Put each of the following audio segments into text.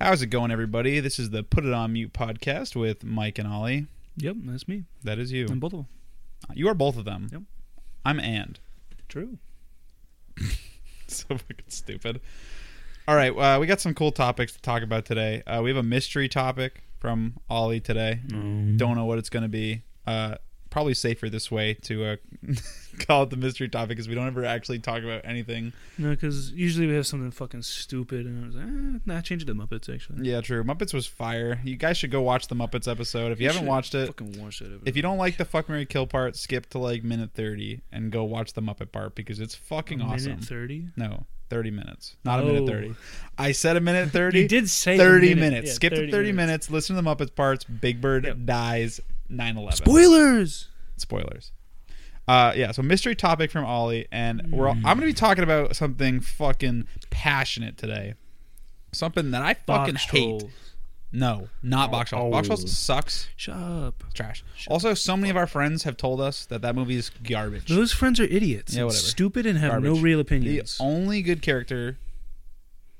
How's it going, everybody? This is the Put It On Mute podcast with Mike and Ollie. Yep, that's me. That is you. And both of them. You are both of them. Yep. I'm and. True. so fucking stupid. All right, uh, we got some cool topics to talk about today. Uh, we have a mystery topic from Ollie today. Mm. Don't know what it's going to be. Uh, probably safer this way to uh, call it the mystery topic because we don't ever actually talk about anything. No, because usually we have something fucking stupid, and I was like, eh, nah, change it to Muppets actually. Yeah, true. Muppets was fire. You guys should go watch the Muppets episode if you, haven't should watched it. Fucking watch that. If you don't like the fuck Mary Kill part, skip to like minute thirty and go watch the Muppet part because it's fucking awesome. Minute thirty. no, thirty minutes, not a Oh. minute thirty. I said a minute thirty. You did say a thirty minute. minutes. Yeah, skip 30 to thirty minutes. minutes. Listen to the Muppets parts. Big Bird Yep. dies. 9-11. Spoilers. Spoilers. Uh, yeah. So mystery topic from Ollie, and we're. All, I'm gonna be talking about something fucking passionate today. Something that I fucking Box hate. trolls. No, not Box Trolls. Box Oh. Trolls sucks Shut up. trash. Also, so many of our friends have told us that that movie is garbage. Those friends are idiots. Yeah, and whatever. Stupid and have no Garbage. real the opinions. only good character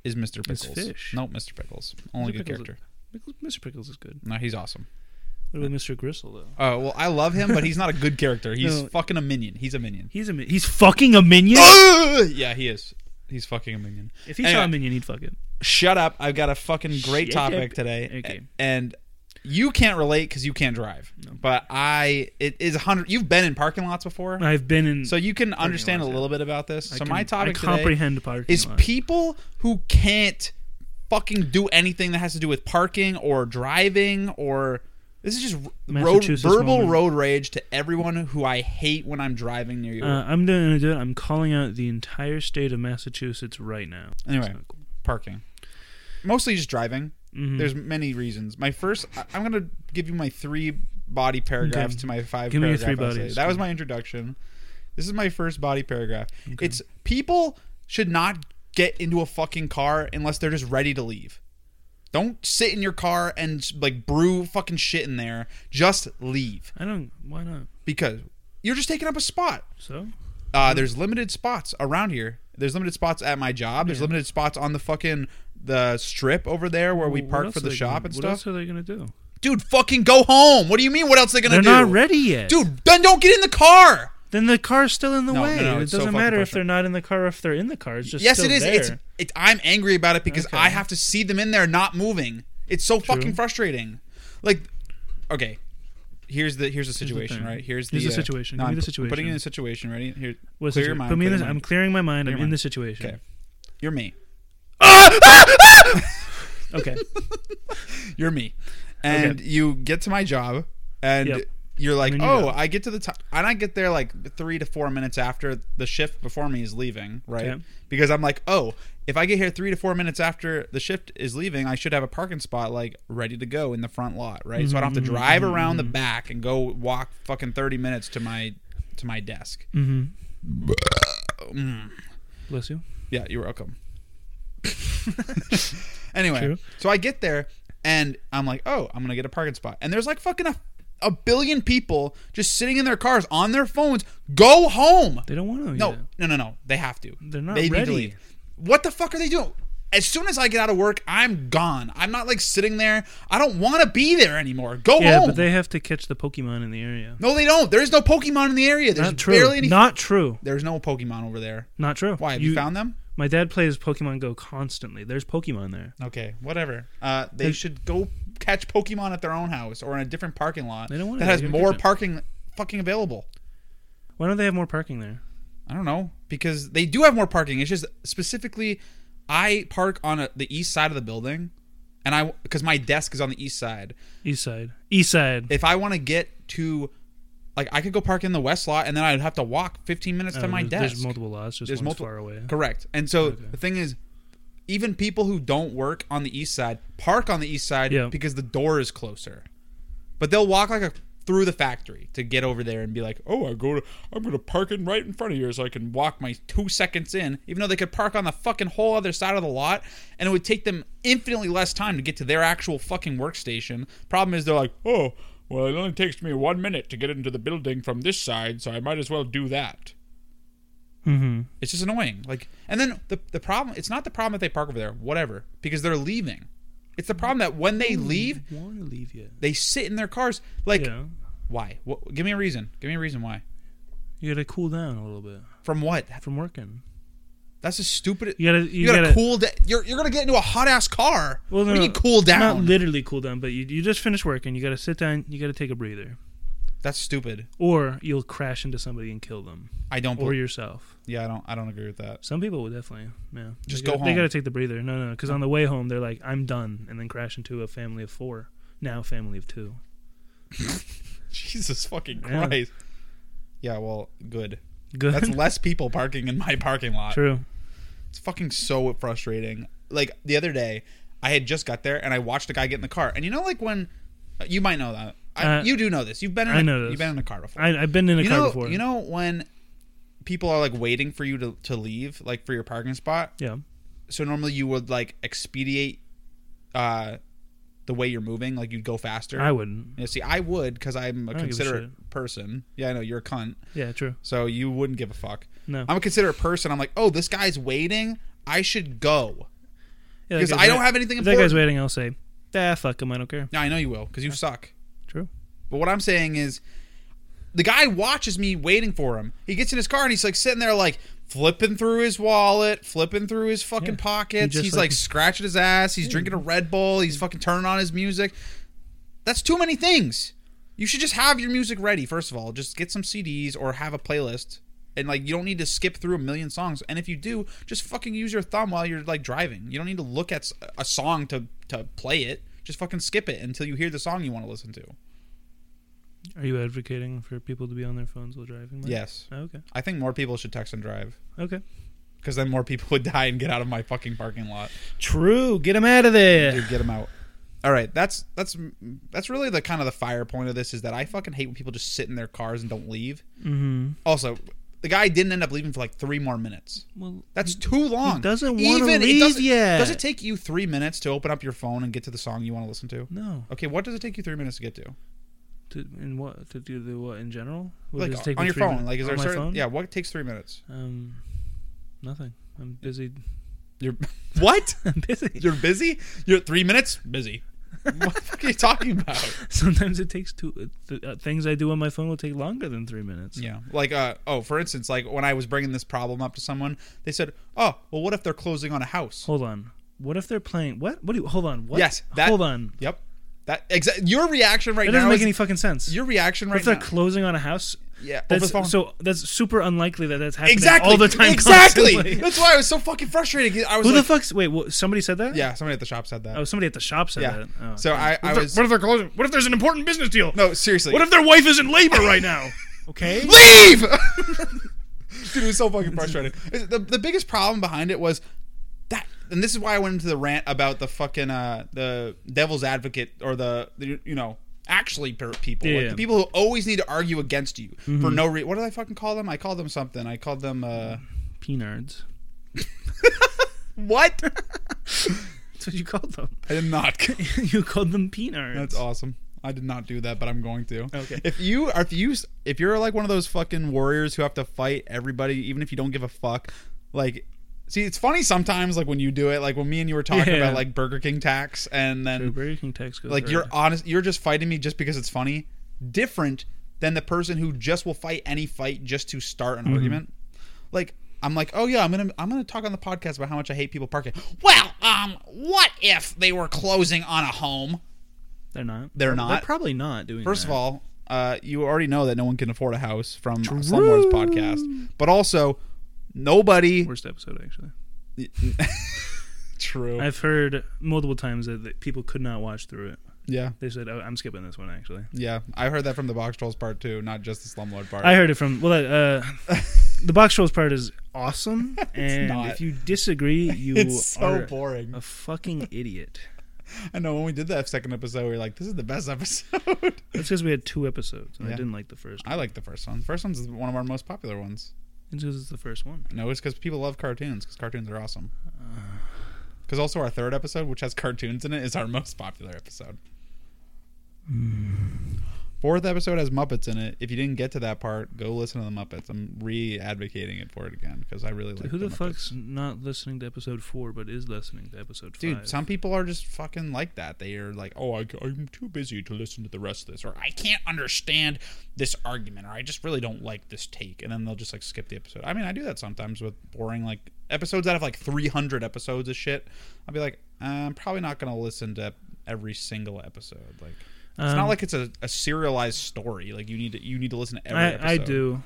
is Mr. It's Pickles. Fish. Nope, Mr. Pickles. Only Mr. good Pickles- character. Pickles- Mr. Pickles is good. No, he's awesome. What about Mr. Gristle though? Oh well, I love him, but he's not a good character. He's No. fucking a minion. He's a minion. He's a mi- he's fucking a minion. yeah, he is. He's fucking a minion. if he saw Oh! Anyway. a minion, he'd fuck it. Shut up! I've got a fucking great Shut topic up. today, Okay. and you can't relate because you can't drive. But I, it is a hundred. You've been in parking lots before, I've been in. so you can understand a lots, yeah. little bit about this. So I my can- topic I today comprehend parking is lot. people who can't fucking do anything that has to do with parking or driving or this is just r- road, Massachusetts verbal moment. road rage to everyone who I hate when I'm driving near you. Uh, I'm gonna do it. I'm calling out the entire state of Massachusetts right now. anyway, parking. Mostly just driving. Mm-hmm. There's many reasons. My first, I- I'm gonna give you my three body paragraphs Okay. to my five. Give me your paragraph three essay. bodies. That was my introduction. This is my first body paragraph. It's people should not get into a fucking car unless they're just ready to leave. Don't sit in your car and like brew fucking shit in there. Just leave I don't. Why not? because you're just taking up a spot. So Mm-hmm. Uh, there's limited spots around here. There's limited spots at my job. There's limited spots on the fucking the strip over there where we What park else for are the they shop gonna- and What else stuff. are they gonna do? Dude, fucking go home. What do you mean? What else are they gonna They're do? not ready yet. Dude, then don't get in the car. Then the car's still in the No, way. no, no, it it's so doesn't fucking matter if frustrating. they're not in the car or if they're in the car. It's just yes, still it is. There. It's it's. I'm angry about it because Okay. I have to see them in there not moving. It's so fucking frustrating. Like, okay, here's the here's the situation, thing. right? Here's the, Here's the uh, situation. no, Give me I'm the pu- I'm Putting you in situation. a situation. Ready? Here, What's clear the your situ- mind. Put me clear your in this. I'm mind. clearing my mind. I'm your in mind. the situation. Okay, you're me. Okay. You're me. And you get to my job and Yep. you're like, And then you oh, go. I get to the top. And I get there like three to four minutes after the shift before me is leaving, right? Okay. Because I'm like, oh, if I get here three to four minutes after the shift is leaving, I should have a parking spot like ready to go in the front lot, right? So I don't have Mm-hmm. to drive around the back and go walk fucking 30 minutes to my to my desk. Bless you. Yeah, you're welcome. anyway, True. so I get there and I'm like, oh, I'm gonna get a parking spot, and there's like fucking a, a billion people just sitting in their cars on their phones. Go home. They don't want to. no, Yet. no, no, no. They have to. They're not They need to ready. leave. What the fuck are they doing? As soon as I get out of work, I'm gone. I'm not like sitting there. I don't want to be there anymore. Go Yeah, home. but they have to catch the Pokemon in the area. no, they don't. There is no Pokemon in the area. There's Not true. barely any. Not true. There's no Pokemon over there. Not true. Why? Have you found them? My dad plays Pokemon Go constantly. There's Pokemon there. Okay, whatever. Uh, they should go catch Pokemon at their own house or in a different parking lot They don't wanna that go, has they're more different. parking fucking available. Why don't they have more parking there? I don't know because they do have more parking. It's just specifically, I park on a, the east side of the building, and I because my desk is on the east side. East side. East side. If I want to get to, like, I could go park in the west lot, and then I'd have to walk 15 minutes to Oh, my there's, desk. There's multiple lots. Just There's one's multiple- far away. Correct. And so the thing is, even people who don't work on the east side park on the east side Yeah. because the door is closer. But they'll walk like a through the factory to get over there and be like, "Oh, I go to I'm going to park in right in front of here so I can walk my 2 seconds in," even though they could park on the fucking whole other side of the lot and it would take them infinitely less time to get to their actual fucking workstation. Problem is they're like, "Oh, well, it only takes me 1 minute to get into the building from this side, so I might as well do that." It's just annoying. Like, and then the the problem. It's not the problem that they park over there. Whatever, because they're leaving. It's the problem that when they leave, Want to leave yet? they sit in their cars. Like, Yeah. why? What, give me a reason. Give me a reason why. You gotta cool down a little bit From what? from working. That's a stupid. You gotta. You, You, gotta, cool down. You're, you're gonna get into a hot ass car. Well, what do no, you mean cool Not down? literally cool down, but you, you just finished working. You gotta sit down. You gotta take a breather, That's stupid. or you'll crash into somebody and kill them I don't. or bel yourself. yeah, I don't. I don't agree with that. Some people would definitely, yeah. Just they go gotta, They home. gotta take the breather. No, no, because on the way home they're like, "I'm done," and then crash into a family of four. Now family of two. Jesus fucking Yeah. Christ. Yeah. Well, good. Good. That's less people parking in my parking lot. True. It's fucking so frustrating. Like the other day, I had just got there and I watched a guy get in the car. And you know, like when uh, you might know that I, Uh, you do know this. You've been in I a- know this. you've been in a car before. I, I've been in a you car know, before. you know when people are like waiting for you to, to leave, like for your parking spot. Yeah. So normally you would like expedite uh, the way you're moving, like you'd go faster. I wouldn't. yeah, see, I would because I'm a don't give a considerate person. Yeah, I know you're a cunt, Yeah. True. so you wouldn't give a fuck. No. I'm a considerate person. I'm like, oh, this guy's waiting. I should go. Yeah, that Because guy's I don't wait- have anything If that guy's important. waiting, I'll say, "Ah, fuck him. I don't care." No, I know you will, because you suck. True. But what I'm saying is, the guy watches me waiting for him. He gets in his car and he's like sitting there, like flipping through his wallet, flipping through his fucking Yeah. He pockets. just he's like- like, scratching his ass. He's drinking a Red Bull. He's fucking turning on his music. That's too many things. You should just have your music ready, first of all. Just get some CDs or have a playlist. And like you don't need to skip through a million songs. And if you do, just fucking use your thumb while you're like driving. You don't need to look at s- a song to to play it. Just fucking skip it until you hear the song you want to listen to. Are you advocating for people to be on their phones while driving? Mike? Yes. Oh, okay. I think more people should text and drive Okay. because then more people would die and get out of my fucking parking lot. True. Get him out of there. Dude, get them out. All right, that's that's that's really the kind of the fire point of this is that I fucking hate when people just sit in their cars and don't leave. Mm-hmm. Also, the guy didn't end up leaving for like three more minutes. Well, That's too long. doesn't wanna Even- it leave doesn't- yet. Does it take you three minutes to open up your phone and get to the song you want to listen to? no. Okay, what does it take you three minutes to get to? To, in what to do the what in general? What, does it Like take on me your three phone? minutes- Like is on there a my certain? phone? Yeah, what takes three minutes? Um, nothing. I'm busy. You're what? I'm busy. You're busy. You're three minutes busy. what the fuck are you talking about? Sometimes it takes two. Th- uh, things I do on my phone will take longer than three minutes. Yeah. Like, uh, oh, for instance, like when I was bringing this problem up to someone, they said, "Oh, well, what if they're closing on a house?" Hold on. What if they're playing? What? What do you? Hold on. What? Yes, that- hold on. Yep. That exact. Your reaction right That doesn't now make is any fucking sense. your reaction What right if they're now. closing on a house? yeah. over That's, the phone. so that's super unlikely that that's happening exactly all the time. Exactly. constantly. That's why I was so fucking frustrated. I was Who the like, fuck's? Wait, what, somebody said that? yeah. Somebody at the shop said that. Oh, somebody at the shop said yeah. that. Oh. so I, I What if was. they're- what if they're closing? What if there's an important business deal? no, seriously. What if their wife is in labor right now? Okay. leave? Dude, it was so fucking frustrating. It's- The, the biggest problem behind it was that, and this is why I went into the rant about the fucking uh, the devil's advocate or the, the you know actually per- people, like Yeah. the people who always need to argue against you for no reason. What did I fucking call them? I called them something. I called them uh, Peanards. what? That's what you called them. I did not. you called them peanards. That's awesome. I did not do that, but I'm going to. Okay. If you are if you if you're like one of those fucking warriors who have to fight everybody, even if you don't give a fuck, like. See, it's funny sometimes, like when you do it, like when me and you were talking Yeah. about like Burger King tax, and then The Burger King tax goes like hard. you're honest, you're just fighting me just because it's funny. Different than the person who just will fight any fight just to start Mm-hmm. an argument. Like I'm like, oh yeah, I'm gonna I'm gonna talk on the podcast about how much I hate people parking. Well, um, what if they were closing on a home? They're not. They're not. They're probably not doing. First of that. all, uh, you already know that no one can afford a house from Slumlords podcast, but also nobody. worst episode actually. True. I've heard multiple times that, that people could not watch through it. yeah, They said, "Oh, I'm skipping this one." Actually, yeah. I heard that from the Box Trolls part too, not just the Slumlord part. I heard it from well, uh, the box trolls part is awesome, and not. if you disagree, you it's so are boring. a fucking idiot. I know when we did that second episode, we were like, "This is the best episode." That's because we had two episodes, and I Yeah. didn't like the first. One. I like the first one. The first one's one of our most popular ones. It's because it's the first one. No, it's because people love cartoons because cartoons are awesome. Because also our third Hmm. episode, which has cartoons in it, is our most popular episode. Fourth episode has Muppets in it. If you didn't get to that part, go listen to the Muppets. I'm re-advocating it for it again because I really like. Who the, Muppets. fuck's not listening to episode four but is listening to episode Dude, five? some people are just fucking like that. They are like, oh, I, am too busy to listen to the rest of this, or I can't understand this argument, or I just really don't like this take. And then they'll just like skip the episode. I mean, I do that sometimes with boring, like episodes out of like 300 episodes of shit. I'll be like, uh, I'm probably not going to listen to every single episode. Like, it's Um, not like it's a, a serialized story. Like you need to, you need to listen to every episode. I, I do.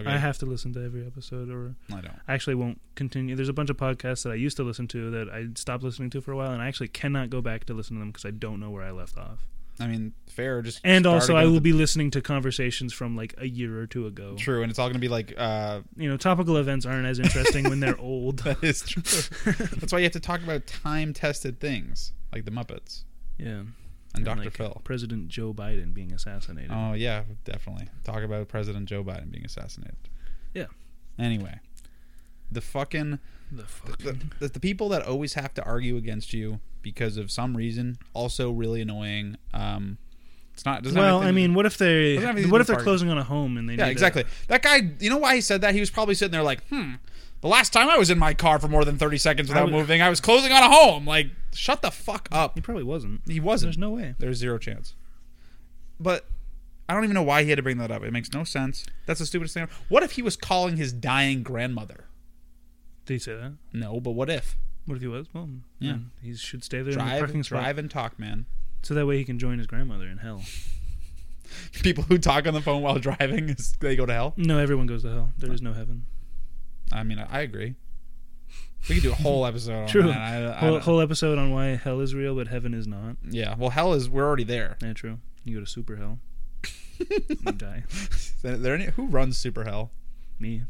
Okay. I have to listen to every episode, or I don't. I actually won't continue. There's a bunch of podcasts that I used to listen to that I stopped listening to for a while, and I actually cannot go back to listen to them because I don't know where I left off. I mean, fair. Just And start also, again I with will the- be listening to conversations from like a year or two ago. true, and it's all going to be like. uh You know, topical events aren't as interesting when they're old. That is true. That's why you have to talk about time tested things like the Muppets Yeah. and Dr. like, Phil. President Joe Biden being assassinated. Oh, yeah, definitely. Talk about President Joe Biden being assassinated. Yeah. Anyway, the fucking. the The, fucking. the, the people that always have to argue against you because of some reason also really annoying. Um, it's not. Doesn't have Well, anything I to do- mean, what if they? Doesn't have anything What to if do they're with closing on a home and they? Yeah, need to- exactly. That guy, you know why he said that? He was probably sitting there like, hmm, the last time I was in my car for more than 30 seconds without was- moving, I was closing on a home. Like, shut the fuck up. He probably wasn't. He wasn't. There's no way. There's zero chance. But I don't even know why he had to bring that up. It makes no sense. That's the stupidest thing. What if he was calling his dying grandmother? Did he say that? No, but what if? What if he was? Well, Yeah. then he should stay there in the Drive, parking spot, drive and talk, man. so that way he can join his grandmother in hell. People who talk on the phone while driving, is, they go to hell. No, everyone goes to hell. There is no heaven. I mean, I agree. We could do a whole episode on True. that. I, I Whole, don't- whole episode on why hell is real but heaven is not. yeah. Well, hell is we're already there. Yeah, true. You go to super hell. you die. Is there any, who runs Super Hell? Me.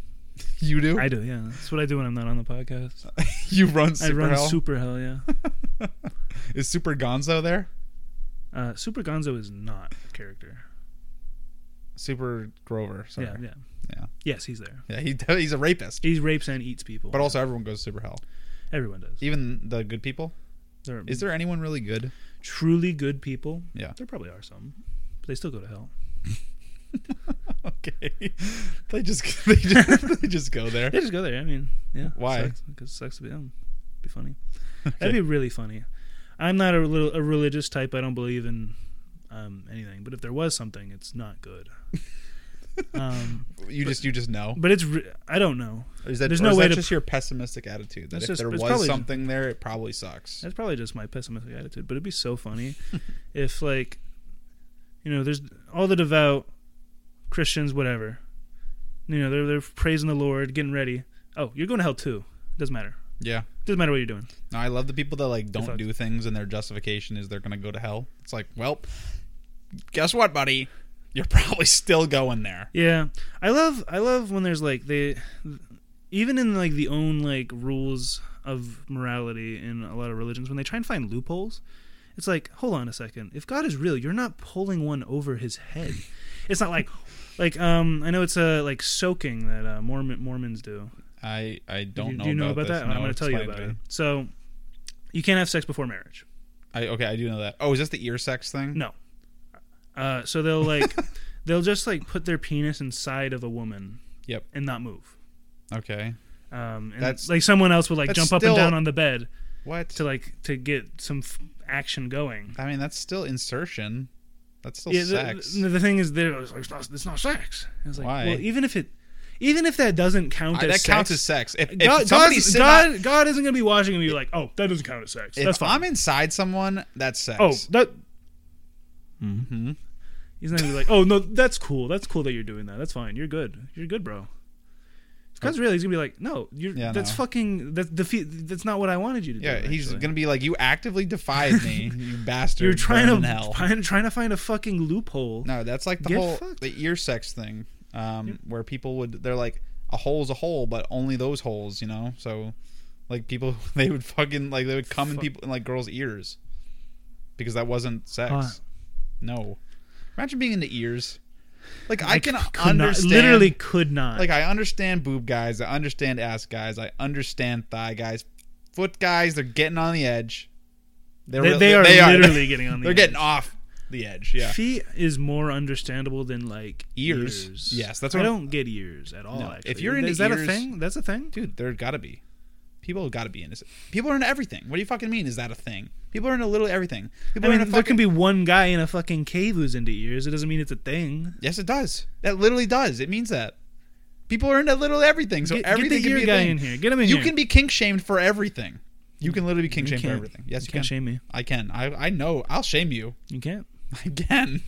You do. I do. Yeah, that's what I do when I'm not on the podcast. Uh, you run I Super run Hell. super hell. Yeah. is Super Gonzo there? Uh, super Gonzo is not a character. Super Grover. Sorry. Yeah, Yeah. yeah, Yes, he's there. he, he's a rapist. He rapes and eats people. But also, everyone goes to Super Hell. everyone does. Even the good people. There are Is there anyone really good? truly good people? Yeah. There probably are some, but they still go to hell. Okay. they just they just, they just go there. They just go there. I mean, yeah. Why? Because it sucks to be them. Be funny. That'd be really funny. I'm not a, little, a religious type. I don't believe in um, anything. But if there was something, it's not good. um, You just you just know. but it's re- I don't know. Or Is that, There's or no is way that to just your pessimistic attitude that It's if just- there it's was probably just- something there, it probably sucks. That's probably just my pessimistic attitude, but it'd be so funny if, like, you know, there's all the devout Christians, whatever. You know, they're they're praising the Lord, getting ready. Oh, you're going to hell too. Doesn't matter. Yeah. Doesn't matter what you're doing. No, I love the people that like don't fucked. do things and their justification is they're gonna go to hell. It's like, well, guess what, buddy? You're probably still going there. Yeah, I love I love when there's like they, even in like the own like rules of morality in a lot of religions when they try and find loopholes. It's like, hold on a second. If God is real, you're not pulling one over his head. It's not like, like um, I know it's a uh, like soaking that uh, Mormon Mormons do. I I don't do, know. do you know about, about, that? this. No, I'm going to tell you explain about it. So, you can't have sex before marriage. I, okay, I do know that. Oh, is this the ear sex thing? No. Uh, so they'll like, they'll just like put their penis inside of a woman. Yep. And not move. Okay. Um, and That's- like someone else would like that's jump up still- and down on the bed What? to like to get some f- action going. I mean, that's still insertion. That's still Yeah, the- sex. The, the thing is, there it's like, it's not, it's not sex. And It's like, Why? well, even if it, even if that doesn't count I- as that sex, counts as sex. If, if God, somebody's God's- sitting on- God, God isn't going to be watching and be like, oh, that doesn't count as sex. if That's fine. I'm inside someone, that's sex. oh, that. Mm-hmm. He's not gonna be like, oh no, that's cool. That's cool that you're doing that. That's fine. You're good. You're good, bro. If God's real, he's gonna be like, no, you're. Yeah, that's no. fucking. That's defeat. That's not what I wanted you to yeah, do. he's actually. gonna be like, "You actively defied me, you bastard." You're trying burn to in hell. Trying, trying to find a fucking loophole. No, that's like the Get whole fucked. the ear sex thing, um, where people would they're like a hole's a hole, but only those holes, you know. So, like people, they would fucking like they would come in Fuck. people in like girls' ears because that wasn't sex. Huh. No, imagine being into ears. Like I, can could not- understand, literally could not. Like I understand boob guys, I understand ass guys, I understand thigh guys, foot guys. They're getting on the edge. They're they, real- they are literally getting on the. They're edge. getting off. the edge. Yeah. Feet is more understandable than like Ears. Yes, that's I what I'm- don't get ears at all. No, Actually, if you're into is that ears- a thing? That's a thing. Dude, there gotta be. People have gotta be into people are into everything. What do you fucking mean? Is that a thing? People are into literally everything. I People mean, are into there fucking can be one guy in a fucking cave who's into ears. It doesn't mean it's a thing. Yes, it does. That literally does. It means that. People are into literally everything. So Get, get everything the can ear be a guy thing. in here. Get him in You here. can be kink shamed for everything. You can literally be kink You shamed for can't. everything. Yes, you, can. can't shame me. I can. I, I know. I'll shame you. You can't. I can.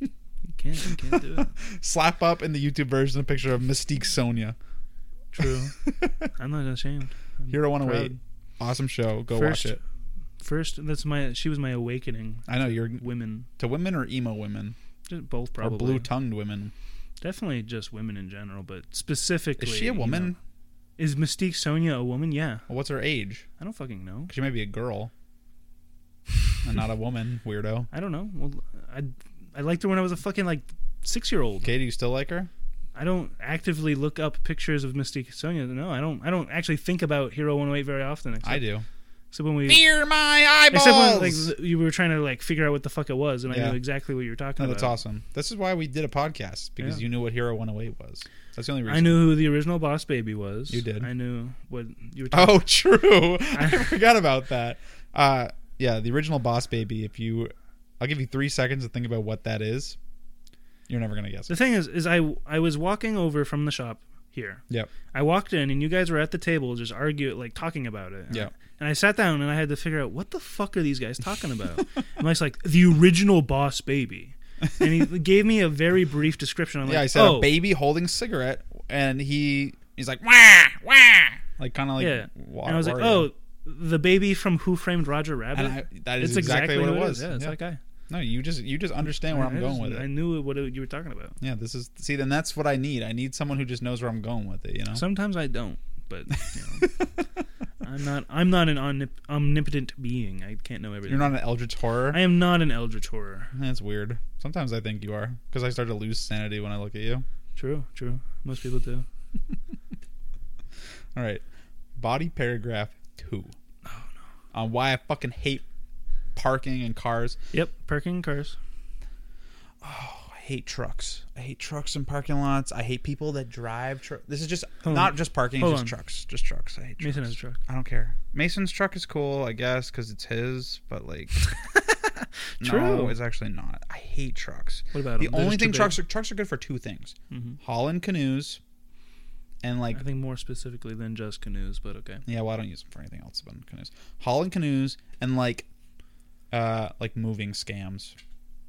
You can't. You can't do it. Slap up in the YouTube version a picture of Mystique Sonia. True. I'm not ashamed. I'm Hero proud. 108. Awesome show. Go First- watch it. First, that's my. She was my awakening. I know you're Women, to women or emo women just both or probably. blue tongued women. Definitely just women in general, but specifically. Is she a you woman? know. Is Mystique Sonia a woman? Yeah. What's her age? I don't fucking know. 'Cause She might be a girl and not a woman. Weirdo. I don't know. Well, I I liked her when I was a fucking like six year old. Okay, do you still like her? I don't actively look up pictures of Mystique Sonia. No, I don't. I don't actually think about Hero 108 very often. Except, I do. except when we. Fear my eyeballs. Except when like, you were trying to like figure out what the fuck it was, and I Yeah. knew exactly what you were talking No, about. that's awesome. This is why we did a podcast because Yeah. you knew what Hero 108 was. That's the only reason. I knew who the original Boss Baby was. You did. I knew what you were talking. Oh, true. I forgot about that. Uh, yeah, the original Boss Baby. If you, I'll give you three seconds to think about what that is. You're never gonna guess. The thing is, is I I was walking over from the shop here. Yep. I walked in and you guys were at the table just arguing, like talking about it. Yeah. And I sat down and I had to figure out what the fuck are these guys talking about? and Mike's like the original Boss Baby, and he gave me a very brief description. I'm yeah, like, I said oh, a baby holding cigarette, and he he's like wah wah, like kind of like yeah. wa- and I was like, Wario. oh, the baby from Who Framed Roger Rabbit. and I, that is exactly, what it who was. Yeah, it's Yeah. that guy. no, you just you just understand where I, am I going just- with I it. knew what it- you were talking about. Yeah, this is see, then that's what I need. I need someone who just knows where I'm going with it. You know. Sometimes I don't, but you know, I'm not. I'm not an omnip- omnipotent being. I can't know everything. You're not an Eldritch horror. I am not an eldritch horror. That's weird. Sometimes I think you are because I start to lose sanity when I look at you. True, true. Most people do. All right, body paragraph two. Oh, On why I fucking hate parking and cars. Oh, Yep, parking cars. I hate trucks. I hate trucks and parking lots. I hate people that drive trucks. This is just not just parking, it's Hold just on. trucks. Just trucks. I hate trucks. Mason has a truck. I don't care. Mason's truck is cool, I guess, because it's his, but like, no, True. it's actually not. I hate trucks. What about the 'em? They're only just too thing big. Mm-hmm. trucks are trucks are good for two things: hauling canoes, and like I think more specifically than just canoes, but okay. yeah, well, I don't use them for anything else but canoes, hauling canoes, and like, uh, like moving scams,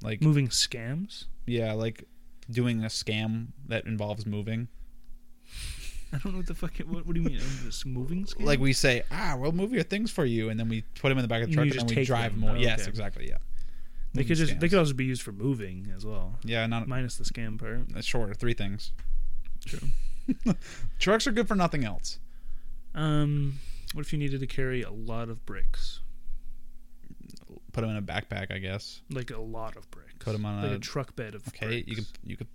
like Moving scams? yeah, like doing a scam that involves moving. I don't know what the fuck. It, what, what do you mean? Um, This moving scam? Like we say, ah, we'll move your things for you, and then we put them in the back of the And truck, you and just then we take drive them. them. away. Oh, yes, okay. exactly. Yeah, they could moving just they scams. could also be used for moving as well, yeah, not minus the scam part. Sure, three things. True. Trucks are good for nothing else. Um, what if you needed to carry a lot of bricks? Put them in a backpack, I guess. Like a lot of bricks. Put 'em on like a- a, truck bed of Okay, bricks. you could you could.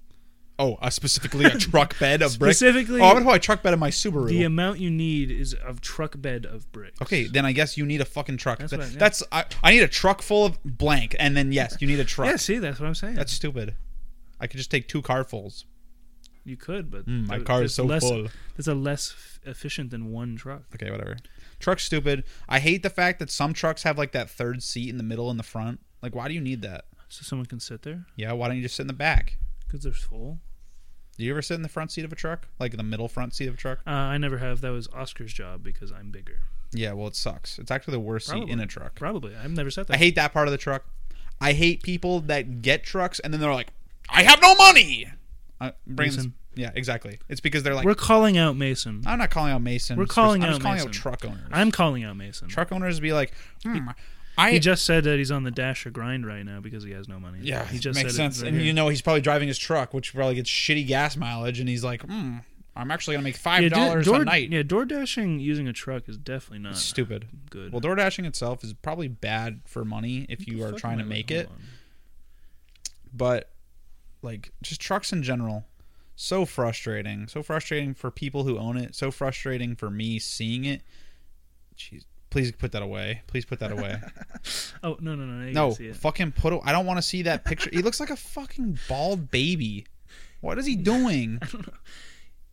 Oh, uh, specifically a truck bed of bricks. Specifically, Oh, I would have a truck bed of my Subaru. the amount you need is of truck bed of bricks. okay, then I guess you need a fucking truck. That's, That's what I- yeah. that's I, I need a truck full of blank, and then yes, you need a truck. Yeah, see, that's what I'm saying. That's stupid. I could just take two carfuls. You could, but Mm, my that- car is that's so less, full. That's a less f- efficient than one truck. Okay, whatever. Truck's stupid. I hate the fact that some trucks have like that third seat in the middle in the front. Like, why do you need that? So someone can sit there Yeah, why don't you just sit in the back? because they're full. Do you ever sit in the front seat of a truck? Like the middle front seat of a truck? Uh, I never have. That was Oscar's job because I'm bigger. Yeah, well, it sucks. It's actually the worst seat Probably. in a truck. Probably. I've never said I that. hate that part of the truck. I hate people that get trucks and then they're like, "I have no money." Uh, bring this- Mason. Yeah, exactly. It's because they're like, We're calling out Mason. "I'm not calling out Mason." We're calling I'm just out calling out Mason. truck owners. I'm calling out Mason. truck owners be like, hmm, "I." He just said that he's on the dash or grind right now because he has no money. yeah, he just makes said it sense. right and here. you know he's probably driving his truck, which probably gets shitty gas mileage, and he's like, "Hmm, I'm actually gonna make yeah, five do- dollars door, a night." yeah, door dashing using a truck is definitely not Stupid. good. Well, door dashing itself is probably bad for money if you are Fuck trying to am I- make hold it. on. but like just trucks in general so frustrating so frustrating for people who own it so frustrating for me seeing it jeez Please put that away. Please put that away. Oh no no no! You no, can see it. fucking put. a- I don't want to see that picture. he looks like a fucking bald baby. What is he doing?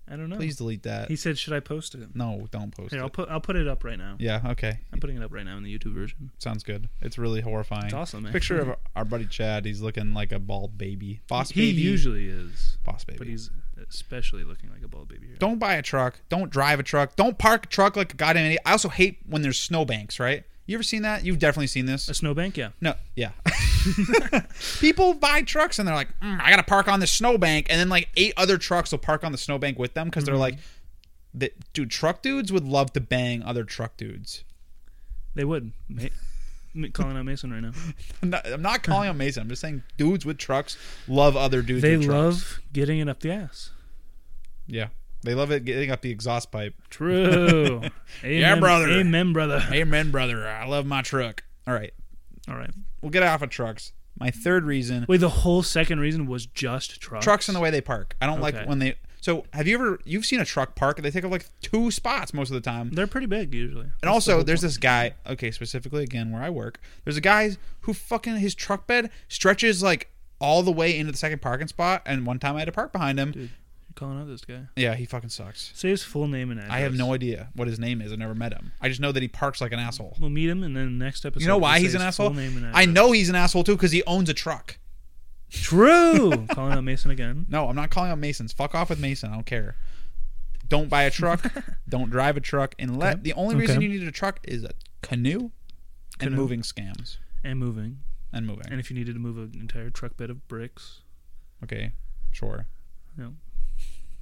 I don't know. Please delete that. He said, "Should I post it?" No, don't post Here, I'll it. put I'll put it up right now. Yeah, okay. I'm putting it up right now in the YouTube version. Sounds good. It's really horrifying. It's awesome. Man. Picture of our buddy Chad. He's looking like a bald baby. Boss he baby. usually is, Boss baby. but he's especially looking like a bald baby here. Don't buy a truck. Don't drive a truck. Don't park a truck like a goddamn idiot. I also hate when there's snowbanks, right? You ever seen that? You've definitely seen this. a snowbank, yeah. No, yeah. People buy trucks and they're like, "Mm, I gotta park on the snowbank, and then like eight other trucks will park on the snowbank with them because they're Mm-hmm. like, "Th- dude, truck dudes would love to bang other truck dudes. They would. Ma- Ma- calling out Mason right now. I'm not, I'm not calling them Mason. I'm just saying dudes with trucks love other dudes. They with trucks. love getting it up the ass. yeah, they love it getting up the exhaust pipe. True. Amen, Yeah, brother. Amen, brother. Amen, brother. I love my truck. All right, All right. we'll get off of trucks. My third reason Wait, the whole second reason was just trucks. trucks and the way they park. I don't like Okay. when they. So have you ever you've seen a truck park? They take up like two spots most of the time. They're pretty big usually. And also, there's this guy. Okay, specifically again where I work, there's a guy who fucking his truck bed stretches like all the way into the second parking spot. And one time I had to park behind him. Dude, you're calling out this guy. Yeah, he fucking sucks. Say his full name and address. I have no idea what his name is. I've never met him. I just know that he parks like an asshole. We'll meet him and then next episode. You know we'll why say he's an his full asshole? Name and I address. know he's an asshole too because he owns a truck. True. calling out Mason again. No, I'm not calling out Masons. Fuck off with Mason. I don't care. Don't buy a truck. don't drive a truck. And let the only reason Okay. you need a truck is a canoe, and Canoe. moving scams And moving. and moving. And if you needed to move an entire truck bed of bricks, Okay, sure. No.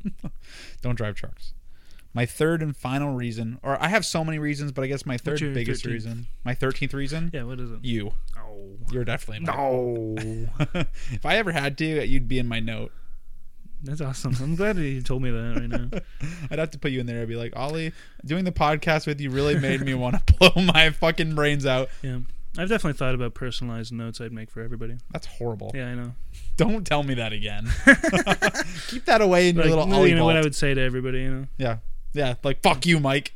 Don't drive trucks. My third and final reason, or I have so many reasons, but I guess my third your biggest 13th? reason, my thirteenth reason, yeah, what is it? you. Oh. You're definitely my. No. if I ever had to, you'd be in my note. That's awesome. I'm glad that you told me that right now. I'd have to put you in there. I'd be like, Ollie, doing the podcast with you really made me want to blow my fucking brains out. Yeah. I've definitely thought about personalized notes I'd make for everybody. That's horrible. Yeah, I know. Don't tell me that again. Keep that away in Like, your little no, Ollie you know what I vault. would say to everybody, you know? Yeah, yeah. Like fuck you, Mike.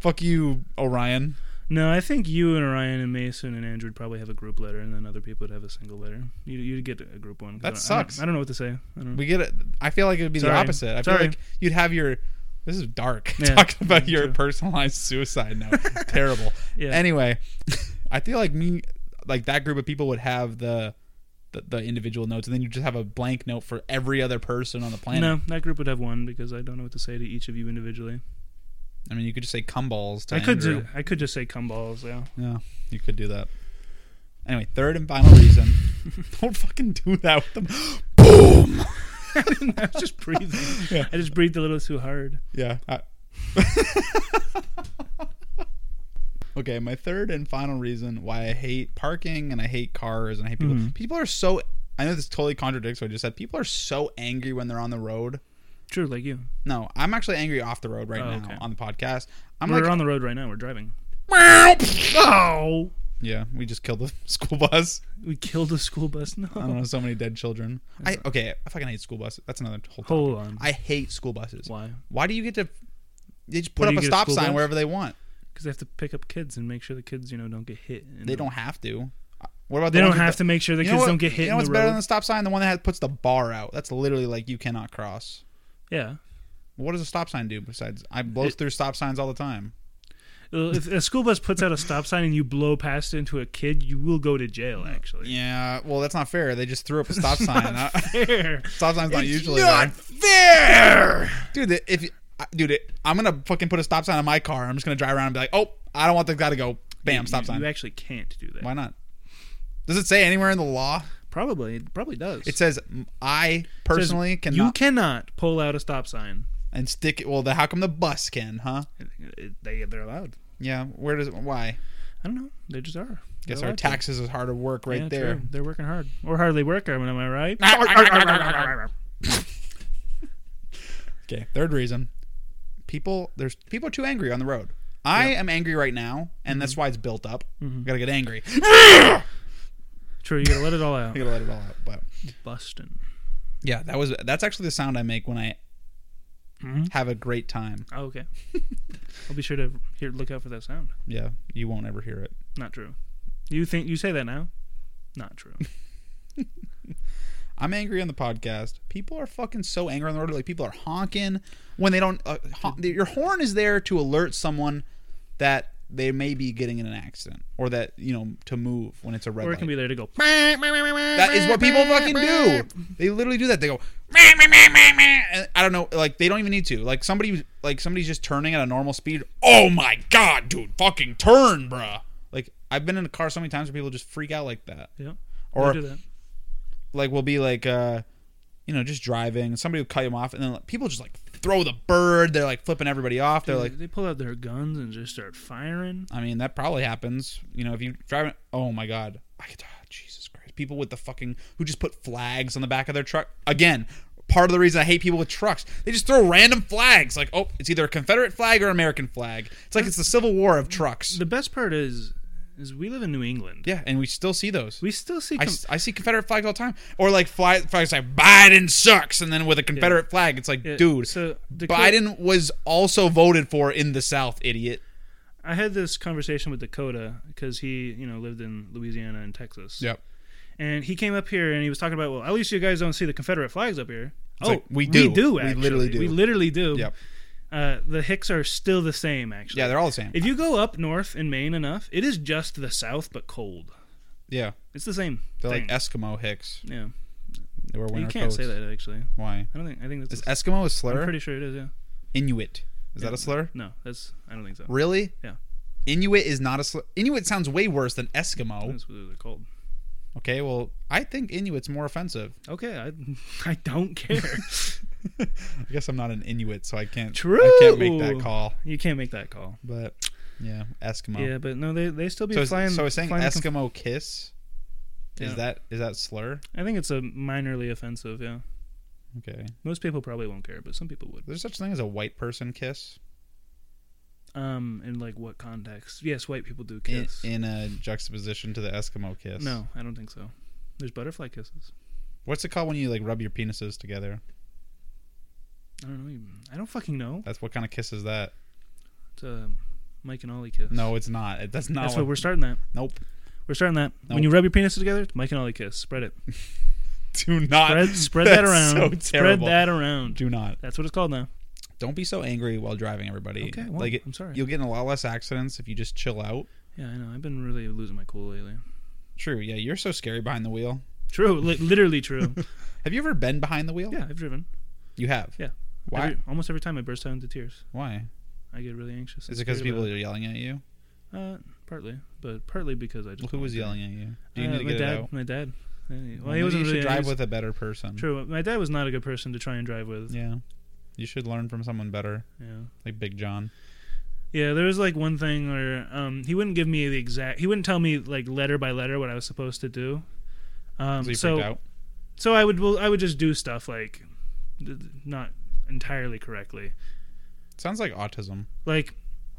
Fuck you, Orion. No, I think you and Orion and Mason and Andrew would probably have a group letter, and then other people would have a single letter. You, you'd get a group one. 'cause That I don't- sucks. I don't, I don't know what to say. I don't know. We get it. I feel like it would be the Sorry. opposite. I feel Sorry. like you'd have your. This is dark. Yeah. Talking about your True. personalized suicide note. Terrible. Yeah. Anyway, I feel like me, like that group of people would have the, the the individual notes, and then you just have a blank note for every other person on the planet. no, that group would have one because I don't know what to say to each of you individually. I mean, you could just say cum balls. To I could Andrew. ju- I could just say cum balls, yeah. Yeah, you could do that. Anyway, third and final reason. Don't fucking do that with them. Boom. I was just breathing. I just breathed a little too hard. Yeah. I- okay, my third and final reason why I hate parking and I hate cars and I hate people. Mm-hmm. People are so. I know this totally contradicts what I just said. People are so angry when they're on the road. True, like you. No, I'm actually angry off the road right Oh, now okay. on the podcast. I'm We're like, on the road right now. We're driving. oh. Yeah, we just killed the school bus. We killed a school bus. No. I don't know, so many dead children. I okay, I fucking hate school buses. That's another whole. Topic. Hold on. I hate school buses. Why? Why do you get to? They just Why put do up you a get a stop school sign bus? wherever they want. Because they have to pick up kids and make sure the kids, you know, don't get hit. you They know? don't have to. Uh, What about They the don't ones with have to make sure the you know kids what- don't get hit You know in what's the better road. than the stop sign? The one that puts the bar out. That's literally like you cannot cross. yeah. What does a stop sign do besides? I blows through stop signs all the time. Well, if a school bus puts out a stop sign and you blow past it into a kid, you will go to jail. Actually, Yeah, well, that's not fair. They just threw up a stop sign. Uh, Fair. stop signs not It's usually not fair, dude. the- If I- dude, it, I'm gonna fucking put a stop sign on my car. I'm just gonna drive around and be like, oh, I don't want this guy to go. Bam, You- stop You sign. actually can't do that. Why not? Does it say anywhere in the law? Probably, it probably does. It says mm, I It says personally cannot You cannot pull out a stop sign. and stick it. Well, then how come the bus can, huh? It- it- they they're allowed. Yeah, where does why? I don't know. They just are. They're Guess our allowed to. taxes is hard at work right Yeah, there. true. They're working hard, or hardly work. I mean, am I right? Okay, third reason. People there's people are too angry on the road. I am angry right now, and Mm-hmm. that's why it's built up. Gotta get angry. True. You gotta let it all out. I gotta let it all out. But Bustin'. yeah, that was that's actually the sound I make when I Mhm. Have a great time. Oh, okay. I'll be sure to here look out for that sound. Yeah, you won't ever hear it. Not true. You think you say that now? Not true. I'm angry on the podcast. People are fucking so angry on the road. Like people are honking when they don't. Uh, hon- your horn is there to alert someone that they may be getting in an accident or that you know to move when it's a red or it light. can be there to go. that That is what people fucking do. They literally do that. They go. and I don't know. Like they don't even need to. Like somebody. Like somebody's just turning at a normal speed. Oh my god, dude! Fucking turn, bruh. Like I've been in a car so many times where people just freak out like that. Yeah. Or- do that. like will be like uh you know just driving and somebody will cut him off and then like, people just like throw the bird they're like flipping everybody off they're like they pull out their guns and just start firing. i mean that probably happens you know if you drive oh my god I could, ah, jesus christ people with the fucking who just put flags on the back of their truck again part of the reason i hate people with trucks they just throw random flags like oh it's either a confederate flag or american flag it's like it's the civil war of trucks The best part is, is we live in New England. yeah and we still see those We still see. I, com- s- I see Confederate flags all the time, or like fly, flags like Biden sucks, and then with a Confederate flag, it's like, Yeah, dude, so Dakota- Biden was also voted for in the South, idiot. I had this conversation with Dakota because he, you know, lived in Louisiana and Texas. Yep. And he came up here and he was talking about, well, at least you guys don't see the Confederate flags up here. It's oh, like, we We do. do. We Actually. literally do. We literally do. Yep. Uh, the Hicks are still the same, actually. Yeah, they're all the same. If you go up north in Maine enough, it is just the South, but cold. Yeah, It's the same. they're thing. like Eskimo Hicks. yeah. They were winter You can't coats. say that actually. Why? I don't think. I think Is that's. Eskimo a I'm slur? pretty sure it is. Yeah. Inuit. Is that a slur? No, that's. I don't think so. Really? Yeah. Inuit is not a slur. Inuit sounds way worse than Eskimo. That's what they're called. Okay, well, I think Inuit's more offensive. Okay, I, I don't care. I guess I'm not an Inuit, so I can't. I True. can't make that call. you can't make that call. But yeah, Eskimo. Yeah, but no, they they still be So, is- flying. so is saying flying the conf- Eskimo kiss? Is Yeah. that is that slur? I think it's a minorly offensive. Yeah, Okay. most people probably won't care, but some people would. There's such thing as a white person kiss Um, in like what context? Yes, white people do in, kiss. in a juxtaposition to the Eskimo kiss. No, I don't think so. There's butterfly kisses. What's it called when you like rub your penises together? I don't know. even- I don't fucking know. That's what kind of kiss is that? It's a Mike and Ollie kiss. No, it's not. It- That's not. that's what, what we're starting. That Nope. we're starting that. Nope. When you rub your penises together, it's Mike and Ollie kiss. Spread it. Do not Spread, spread that That's around. So spread terrible. that around. Do not. That's what it's called now. Don't be so angry while driving, everybody. Okay, well, like it, I'm sorry. You'll get in a lot less accidents if you just chill out. Yeah, I know. I've been really losing my cool lately. True. Yeah, you're so scary behind the wheel. True, li- literally true. Have you ever been behind the wheel? yeah, I've driven. You have. Yeah. Why? Every- almost every time I burst out into tears. Why? I get really anxious. Is and it because scared people about are yelling at you? Uh, partly, but partly because I just. Who don't was like yelling at you? it. Do you Uh, need to my get dad, it out? My dad. Uh, Well, Well, he maybe wasn't you should really drive he was- with a better person. True. My dad was not a good person to try and drive with. Yeah. You should learn from someone better, Yeah. like Big John. Yeah, there was like one thing where um, he wouldn't give me the exact. He wouldn't tell me like letter by letter what I was supposed to do. Um, So you so, freaked out. so I would well, I would just do stuff like th- th- not entirely correctly. Sounds like autism. Like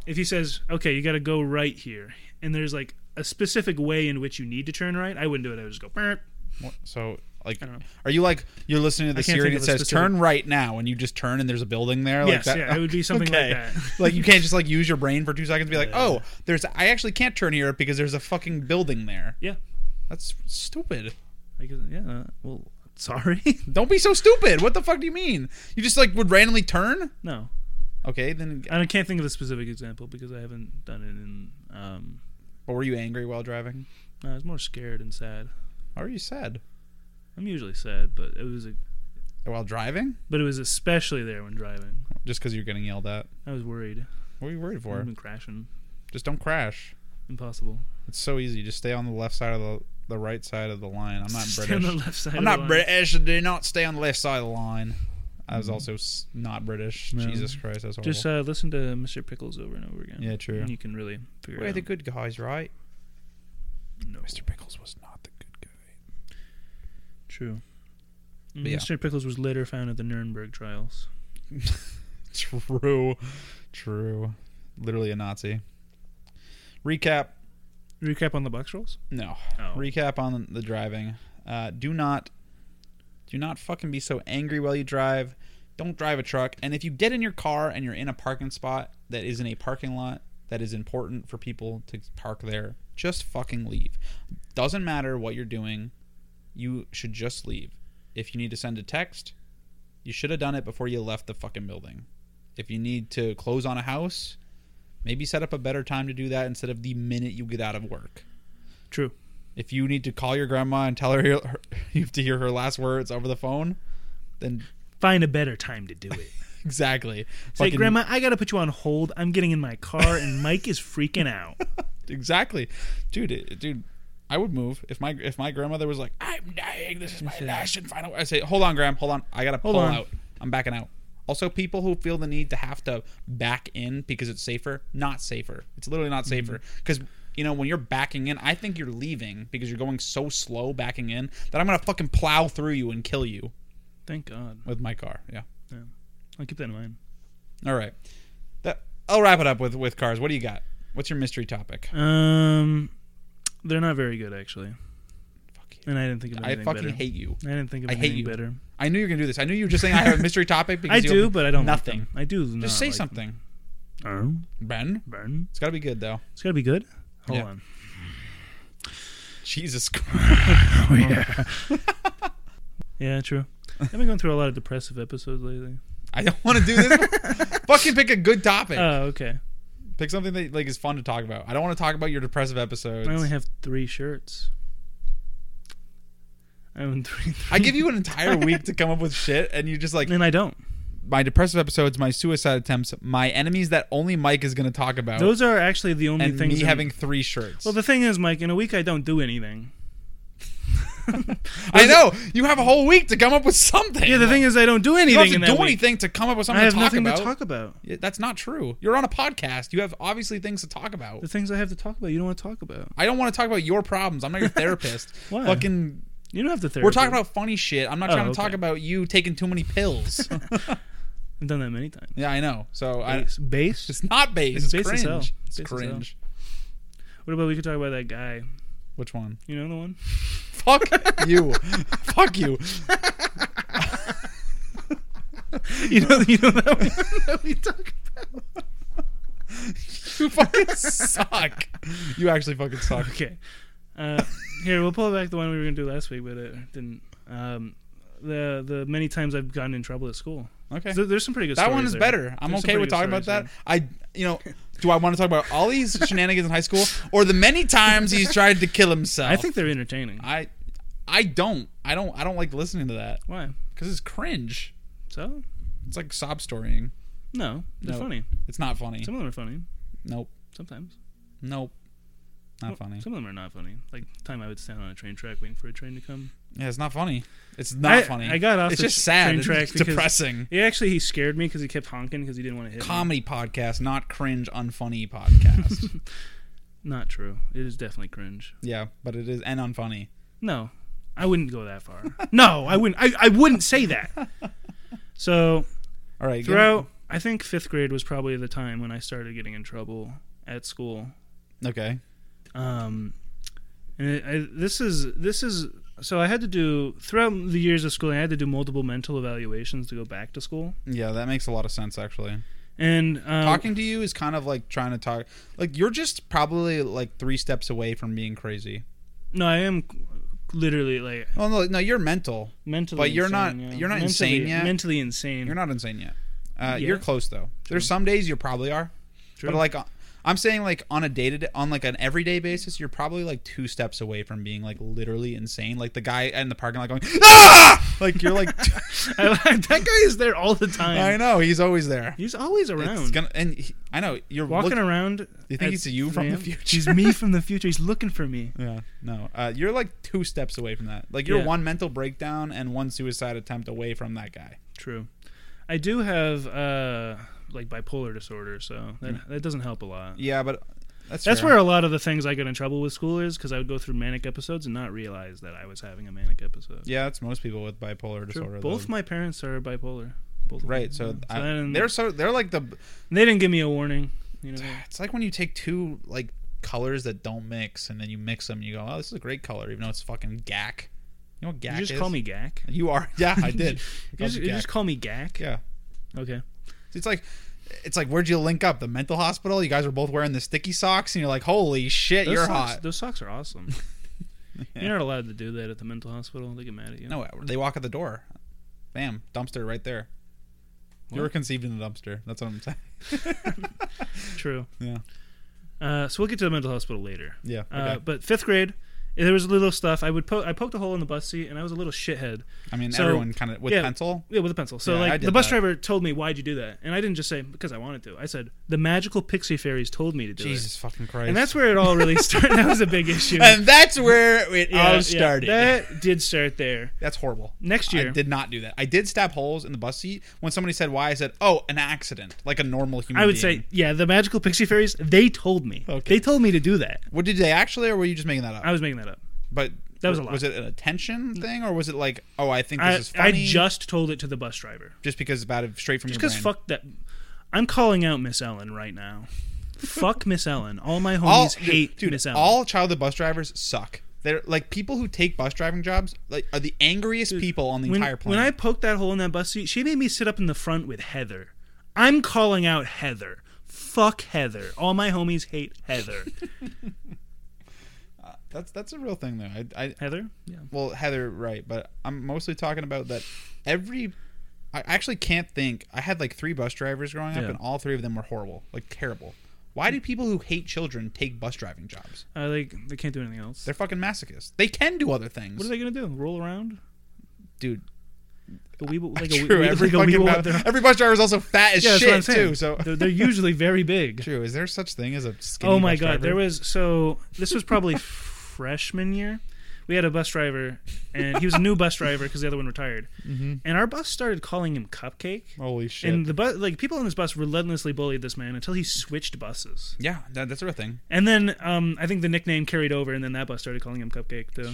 if he says, "Okay, you got to go right here," and there's like a specific way in which you need to turn right, I wouldn't do it. I would just go. "Burp." What- So, like, I don't know. are you like you're listening to the I can't Siri and think it of a says specific- turn right now, and you just turn and there's a building there? Yes, like that? yeah, it would be something Okay. like that. like you can't just like use your brain for two seconds and be like, Yeah. oh, there's I actually can't turn here because there's a fucking building there. Yeah. That's stupid. I guess, yeah. uh, Well, sorry. Don't be so stupid. What the fuck do you mean? You just like would randomly turn? no, Okay, then. uh, I don't- can't think of a specific example because I haven't done it. In um, But were you angry while driving? I was more scared and sad. Or were you sad I'm usually sad, but it was a, while driving? but it was especially there when driving. Just because you're getting yelled at. I was worried. What are you worried for? I've been crashing. Just don't crash. Impossible. It's so easy. Just stay on the left side of the the right side of the line. I'm not Stay on the British. left side I'm of the not line. British. Do not stay on the left side of the line. I was also s- not British. Mm. No. Jesus Christ, that's horrible. Just uh, listen to Mr. Pickles over and over again. Yeah, true. And you can really figure We're it the out. good guys, right? no. Mr. Pickles was not the good guy. True. yeah. Mr. Mm-hmm. Pickles was later found at the Nuremberg trials. True, true. Literally a Nazi. Recap. Recap on the box rolls. No. Oh. recap on the driving. Uh, do not, do not fucking be so angry while you drive. Don't drive a truck. And if you get in your car and you're in a parking spot that is in a parking lot that is important for people to park there, just fucking leave. Doesn't matter what you're doing, you should just leave. If you need to send a text, you should have done it before you left the fucking building. If you need to close on a house, maybe set up a better time to do that instead of the minute you get out of work. True. If you need to call your grandma and tell her, her you have to hear her last words over the phone, then Find a better time to do it. exactly. Say, Fucking- Grandma, I gotta put you on hold. I'm getting in my car, and Mike is freaking out. Exactly, dude. it- Dude, I would move if my if my grandmother was like, "I'm dying. This is my last and final." I say, "Hold on, Graham. Hold on. I gotta Hold pull on. out. I'm backing out." Also, people who feel the need to have to back in because it's safer, not safer. It's literally not safer Mm-hmm. because. You know, when you're backing in, I think you're leaving because you're going so slow backing in that I'm gonna fucking plow through you and kill you Thank God. with my car. Yeah. Yeah. I'll keep that in mind. All right. That, I'll wrap it up with with cars. What do you got? What's your mystery topic? Um, they're not very good actually, Fuck you. and I didn't think of I anything fucking better. hate you. I didn't think of I hate anything you. better. I knew you were gonna do this. I knew you were just saying I have a mystery topic because I you do, but I don't like nothing. them. I do. Not just say like them. something, Um, Ben. burn. It's gotta be good though. It's gotta be good. Hold Yeah. on. Jesus Christ. Oh yeah. yeah, true. I've been going through a lot of depressive episodes lately. I don't want to do this. fucking pick a good topic. Oh, okay. pick something that like is fun to talk about. I don't want to talk about your depressive episodes. I I, only have three shirts. I own three. give you an entire week to come up with shit, and you just like and I don't. Oh. my depressive episodes, my suicide attempts, my enemies that only Mike is gonna talk about, Those are actually the only and things. me in- having three shirts. well, the thing is, Mike, in a week I don't do anything. I know you have a whole week to come up with something. Yeah, the thing is, I don't do you anything. don't have in to that do week. anything to come up with something I have to talk nothing about. to talk about. Yeah, That's not true. You're on a podcast. You have obviously things to talk about. The things I have to talk about, you don't want to talk about. I don't want to talk about your problems. I'm not your therapist. Why? Fucking, You don't have to therapy. we're talking about funny shit. I'm not Oh, trying to talk okay. about you taking too many pills. I've done that many times. yeah, I know. So I, Base. Base? it's not base. It's, It's base as hell. cringe. It's Base as cringe. What about we could talk about that guy? Which one? You know the one? Fuck you. Fuck you. You know, you know that one that we talk about. You fucking suck. You actually fucking suck. Okay. Uh, here, we'll pull back the one we were gonna do last week, but it didn't. Um, the the many times I've gotten in trouble at school. Okay. There- there's some pretty good. That stories one is there. better. I'm There's some okay pretty with good talking about that. stories I, you know, do I want to talk about Ollie's shenanigans in high school or the many times he's tried to kill himself? there. I think they're entertaining. I I don't. I don't I don't like listening to that Why? cuz it's cringe. So It's like sob storying. no, they're No. funny. It's not funny. Some of them are funny. Nope. Sometimes. Nope. Not Well, funny. Some of them are not funny. Like the time I would stand on a train track waiting for a train to come. Yeah, it's not funny. It's not I- funny. I got off It's the just sad. train and track it's because- depressing. He actually he scared me because he kept honking because he didn't want to hit me. Comedy podcast, not cringe unfunny podcast. Not true. It is definitely cringe. yeah, but it is and unfunny. No, I wouldn't go that far. no, I wouldn't. I, I wouldn't say that. So All right. give me- throughout, I think fifth grade was probably the time when I started getting in trouble at school. okay. Um, and it, I, this is this is so I had to do throughout the years of school. I had to do multiple mental evaluations to go back to school. Yeah, that makes a lot of sense actually. And um, Talking to you is kind of like trying to talk like you're just probably like 3 steps away from being crazy. no, I am literally like Well, no, no, you're mental. mentally. But you're not- insane, yeah. you're not mentally, insane yet. Mentally insane. You're not insane yet. Uh, Yeah. You're close though. There's some days you probably are, True. but like uh, I'm saying, like on a day to day, on like an everyday basis, you're probably like two steps away from being like literally insane. Like the guy in the parking lot going, ah! Like you're like, I- that guy is there all the time. I know he's always there. He's always It's around. gonna and he, I know you're Walking look- around. You think at he's you from the 3 a.m. future? He's me from the future. He's looking for me. Yeah, no, uh, you're like two steps away from that. Like you're Yeah. one mental breakdown and one suicide attempt away from that guy. True. I do have uh like bipolar disorder, so that, Hmm. that doesn't help a lot. Yeah, but that's That's fair. where a lot of the things I got in trouble with school is because I would go through manic episodes and not realize that I was having a manic episode. Yeah, that's most people with bipolar True. disorder. though. Both my parents are bipolar. Both of Right, them, so, yeah. I, I didn't- they're so they're like the they didn't give me a warning. You know, It's like when you take two like colors that don't mix and then you mix them and you go, "Oh, this is a great color," even though it's fucking gack. You know what Gak you just is? call me Gak. You are. Yeah, I did. I You called just, you you Gak. just call me Gak. yeah. Okay. It's like it's like where'd you link up? The mental hospital? You guys were both wearing the sticky socks and you're like, "Holy shit, Those you're socks, hot." Those socks are awesome. You're not allowed to do that at the mental hospital. They get mad at you. No, they walk at the door. Bam, dumpster right there. You were What? conceived in a dumpster. That's what I'm saying. True. Yeah. Uh, so we'll get to the mental hospital later. Yeah. Uh, okay. But fifth grade, there was little stuff. I would po- I poked a hole in the bus seat, and I was a little shithead. I mean, so- everyone kind of with yeah. pencil. Yeah, with a pencil. So Yeah, I like did the bus that. driver told me, "Why'd you do that?" And I didn't just say because I wanted to. I said the magical pixie fairies told me to do it. Jesus fucking Christ. And that's where it all really started. that was a big issue. and that's where it Yeah, yeah, all started. that did start there. that's horrible. Next I year, did not do that. I did stab holes in the bus seat. When somebody said why, I said, "Oh, an accident," like a normal human. I would being. say, yeah, the magical pixie fairies. They told me. Okay. They told me to do that. What did they actually, or were you just making that up? I was making that up. but that was a w- lie. Was it an attention thing, or was it like, "Oh, I think this I, is I funny," just told it to the bus driver. just because it's about it straight from your Because brain? fuck that. I'm calling out Miss Ellen right now. fuck Miss Ellen. All my homies all hate dude, Miss Ellen. all childhood bus drivers suck. They're like people who take bus driving jobs like are the angriest people on the when, entire when I planet. poked that hole in that bus seat, she made me sit up in the front with Heather. I'm calling out Heather. Fuck Heather. All my homies hate Heather. that's that's a real thing though. I, I Heather? Yeah. well Heather right, but I'm mostly talking about that every. I actually can't think. I had like three bus drivers growing up, Yeah. and all three of them were horrible, like terrible. Why do people who hate children take bus driving jobs? Uh, they, they can't do anything else. They're fucking masochists. They can do other things. what are they going to do? Roll around? dude? A weeble, like a, True. wee- Every, like a fucking weeble bus, out there. every bus driver is also fat as Yeah, that's what I'm shit saying. too. So They're, they're usually very big. true. Is there such thing as a skinny? Oh my bus god, driver? there was so this was probably freshman year. We had a bus driver, and he was a new bus driver because the other one retired. Mm-hmm. And our bus started calling him Cupcake. Holy shit. And the bus, like people on this bus, relentlessly bullied this man until he switched buses. yeah, that, that's a real thing. And then um, I think the nickname carried over, and then that bus started calling him Cupcake too.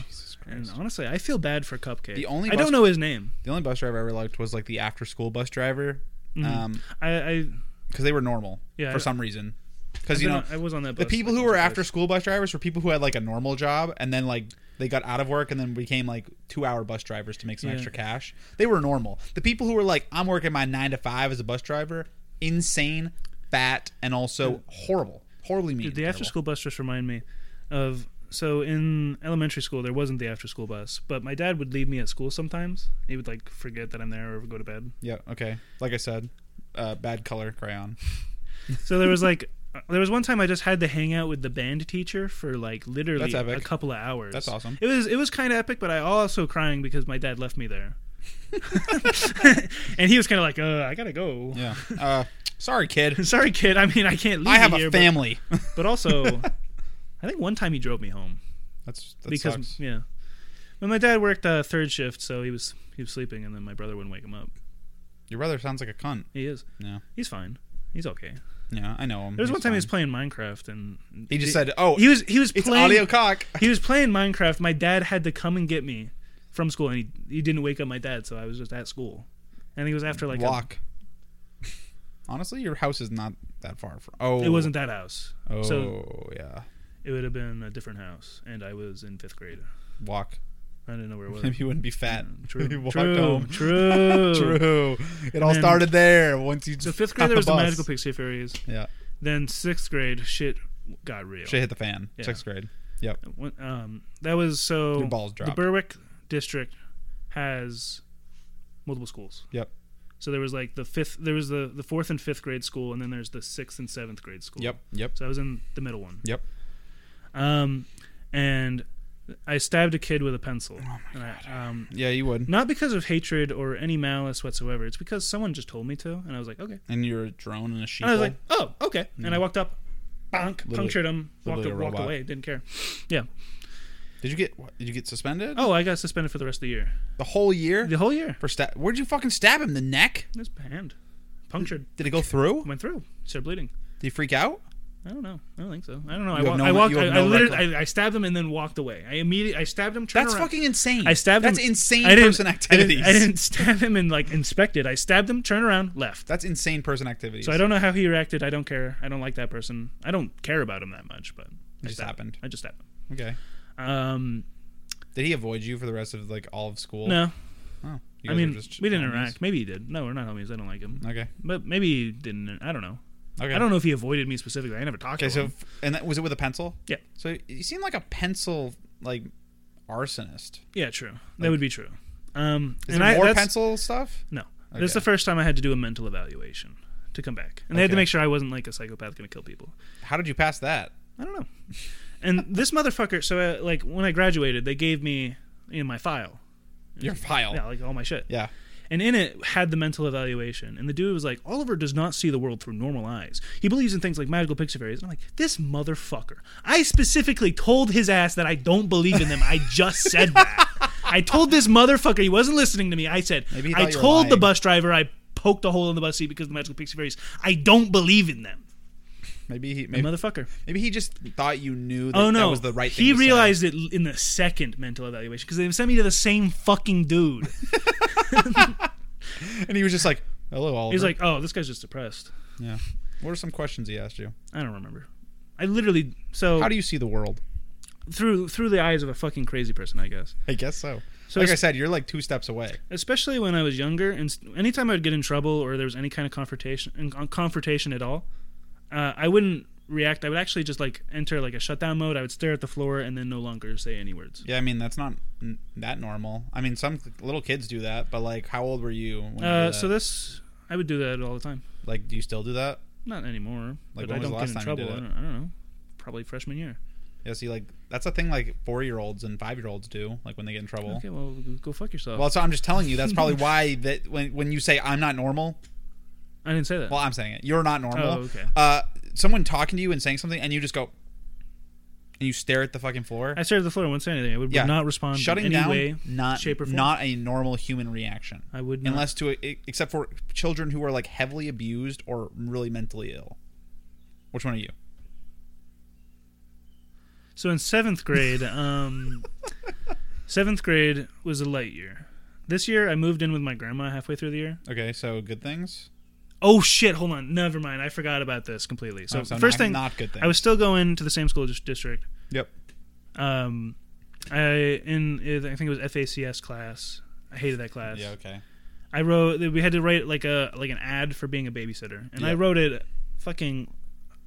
And honestly, I feel bad for Cupcake. The only I bus- don't know his name. The only bus driver I ever liked was like the after school bus driver, Um 'cause I, I because they were normal Mm-hmm. Yeah, I- for some reason. Because you you know I was on that the bus. people like, who were once or twice. after school bus drivers were people who had like a normal job and then like they got out of work and then became like two hour bus drivers to make some Yeah. extra cash. They were normal. The people who were like, I'm working my nine to five as a bus driver, insane, fat, and also horrible, horribly mean. Dude, the after terrible. school bus just remind me of so in elementary school there wasn't the after school bus, but my dad would leave me at school sometimes. He would like forget that I'm there or go to bed. Yeah. Okay. Like I said, uh, bad color crayon. So there was like there was one time I just had to hang out with the band teacher for like literally That's epic. a couple of hours. That's awesome. It was it was kind of epic, but I also crying because my dad left me there. and he was kind of like, "Uh, I gotta go." Yeah. Uh, sorry, kid. Sorry, kid. I mean, I can't leave. I have you here, a but- family. but, also, I think one time he drove me home. That's that because sucks. yeah, but my dad worked uh, third shift, so he was he was sleeping, and then my brother wouldn't wake him up. Your brother sounds like a cunt. He is. Yeah. He's fine. He's okay. Yeah, I know him. There was He's one time he was fine. playing Minecraft, and He just said, "Oh, he was he was it's playing audio cock." he was playing Minecraft. My dad had to come and get me from school, and he he didn't wake up my dad, so I was just at school, and he was after like a- Walk. Honestly, your house is not that far from. Oh, it wasn't that house. Oh, So yeah. it would have been a different house, and I was in fifth grade. Walk. I didn't know where it was. Maybe you wouldn't be fat. True. He True. walked True. home. True. It all then- started there. Once you So just fifth got grade there was the bus. magical pixie fairies. Yeah. Then sixth grade, shit got real. Shit hit the fan. Yeah. Sixth grade. Yep. When- Um, that was so. Your balls The dropped. Berwick district has multiple schools. Yep. So there was like the fifth, there was the, the fourth and fifth grade school, and then there's the sixth and seventh grade school. Yep. Yep. So I was in the middle one. Yep. Um, and I stabbed a kid with a pencil. Oh and I- um, Yeah, you would. not because of hatred or any malice whatsoever. It's because someone just told me to, and I was like, okay. And you're a drone and a sheep. And I was like, oh, okay. And I walked up, bonk, punctured him, walked, literally a walked Mm. robot. away, didn't care. did you get what, did you get suspended? Oh, I got suspended for the rest of the year. The whole year The whole year. for stab. Where'd you fucking stab him? The neck? It was hand. Punctured. Did it go through? Went through. Started bleeding. Did you freak out? I don't know. I don't think so. I don't know. I, have wa- no I me- walked. you have I, I no literally. I, I stabbed him and then walked away. I immediately. I stabbed him. Turned That's around. fucking insane. I stabbed him. That's insane I didn't- person I didn't- activities. I didn't, stab him and like inspect it. I stabbed him. Turned around. Left. That's insane person activities. So I don't know how he reacted. I don't care. I don't like that person. I don't care about him that much. But I It just stabbed him. happened. I just stabbed him. Okay. Um, Did he avoid you for the rest of like all of school? No, Oh, you guys I were mean just we didn't homies? interact. Maybe he did. No, we're not homies. I don't like him. Okay. But maybe he didn't. I don't know. Okay. I don't know if he avoided me specifically. I never talked Okay, to so him. f- and that was it with a pencil. Yeah. So you seem like a pencil like arsonist. Yeah, true. that would be true. Um, Is and there I, more that's- pencil stuff? No, this is Okay. the first time I had to do a mental evaluation to come back, and they had to Okay. make sure I wasn't like a psychopath going to kill people. How did you pass that? I don't know. And this motherfucker. So uh, like when I graduated, they gave me you know, my file. Your file. Yeah, like all my shit. Yeah. And in it had the mental evaluation. And the dude was like, Oliver does not see the world through normal eyes. He believes in things like magical pixie fairies. And I'm like, this motherfucker. I specifically told his ass that I don't believe in them. I just said that. I told this motherfucker he wasn't listening to me. I said, Maybe he I thought you were told the lying. bus driver I poked a hole in the bus seat because of the magical pixie fairies. I don't believe in them. Maybe he maybe, Motherfucker. maybe he just thought you knew that, Oh no, that was the right thing. He to say. realized it l- in the second mental evaluation because they sent me to the same fucking dude. and he was just like, "Hello, Oliver." He's like, oh, this guy's just depressed. "Yeah." What are some questions he asked you? I don't remember. I literally so How do you see the world? through through the eyes of a fucking crazy person, I guess. I guess so. So like I it's- said, you're like two steps away. Especially when I was younger, and s- anytime I'd get in trouble or there was any kind of confrontation, in- con- confrontation at all, uh, I wouldn't react. I would actually just like enter like a shutdown mode. I would stare at the floor and then no longer say any words. Yeah, I mean that's not n- that normal. I mean, some little kids do that, but like, how old were you? When you Uh, did so that? this, I would do that all the time. like, do you still do that? Not anymore. Like, but when I was don't the get last in time you trouble. did I it? don't, I don't know. Probably freshman year. Yeah, see, like that's a thing like four year olds and five year olds do, like when they get in trouble. Okay, well, go- go fuck yourself. Well, so I'm just telling you that's probably why that when when you say I'm not normal, I didn't say that. well, I'm saying it. You're not normal. Oh, okay. Uh, someone talking to you and saying something, and you just go, and you stare at the fucking floor. I stared at the floor and wouldn't say anything. I would, would Yeah. not respond Shutting in any down, way, not shape, or form. not a normal human reaction. I would not. unless to a, e, except for children who are like heavily abused or really mentally ill. Which one are you? So in seventh grade, um, seventh grade was a light year. This year, I moved in with my grandma halfway through the year. Okay, so good things. Oh shit! Hold on, never mind. I forgot about this completely. So, Oh, so first not- thing, not good things. I was still going to the same school dis- district. Yep. Um, I in I think it was FACS class. I hated that class. Yeah. Okay. I wrote we had to write like a like an ad for being a babysitter, and I Yeah. wrote it fucking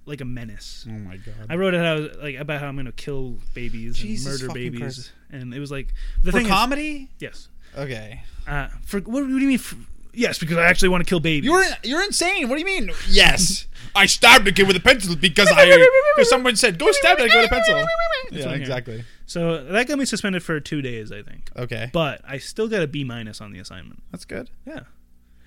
like a menace. Oh my god. I wrote it how like about how I'm gonna kill babies Jesus and murder fucking babies, Christ. and it was like the for thing. is- comedy. yes. okay. Uh, for what, what do you mean? For, yes, because I actually want to kill babies. You're you're insane. What do you mean? Yes, I stabbed a kid with a pencil because I because someone said go stab that kid with a pencil. what yeah, I'm exactly. so that got me suspended for two days, I think. Okay, But I still got a B minus on the assignment. that's good. Yeah,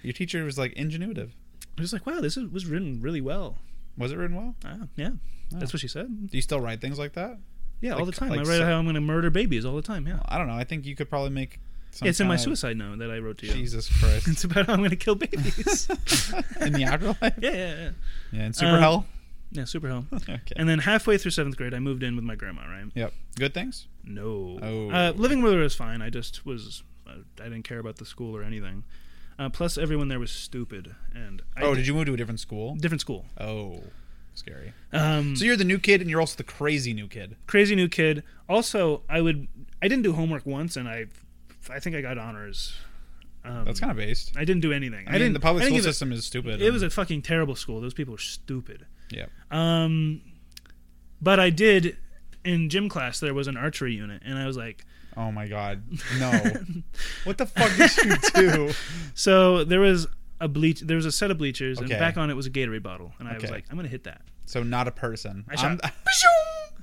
Your teacher was like ingenuitive. I was like, wow, this is, was written really well. Was it written well? Ah, yeah, that's what she said. Do you still write things like that? Yeah, all Like- the time. like I write so- how I'm gonna murder babies all the time. Yeah, I don't know. I think you could probably make. Some it's in my kind of- suicide note that I wrote to you. Jesus Christ! It's about how I'm gonna kill babies. in the afterlife. yeah, yeah, yeah. Yeah, in super Um, hell. Yeah, super home. Okay. And then halfway through seventh grade, I moved in with my grandma. Right? yep. Good things. No. Oh. Uh, living with her was fine. I just was. Uh, I didn't care about the school or anything. Uh, plus, everyone there was stupid, and I Oh, did you move to a different school? different school. Oh, scary. Um, So you're the new kid, and you're also the crazy new kid. crazy new kid. Also, I would. I didn't do homework once, and I. I think I got honors. Um, That's kind of based. I didn't do anything. I, mean, didn't. The public I didn't school give a- system is stupid. It was a fucking terrible school. Those people were stupid. yeah. Um, but I did. In gym class, there was an archery unit, and I was like, Oh my god. No. what the fuck did you do? So there was a bleach. There was a set of bleachers, Okay. and back on it was a Gatorade bottle, and I was Okay. like, "I'm gonna hit that." So not a person. I shot. I'm-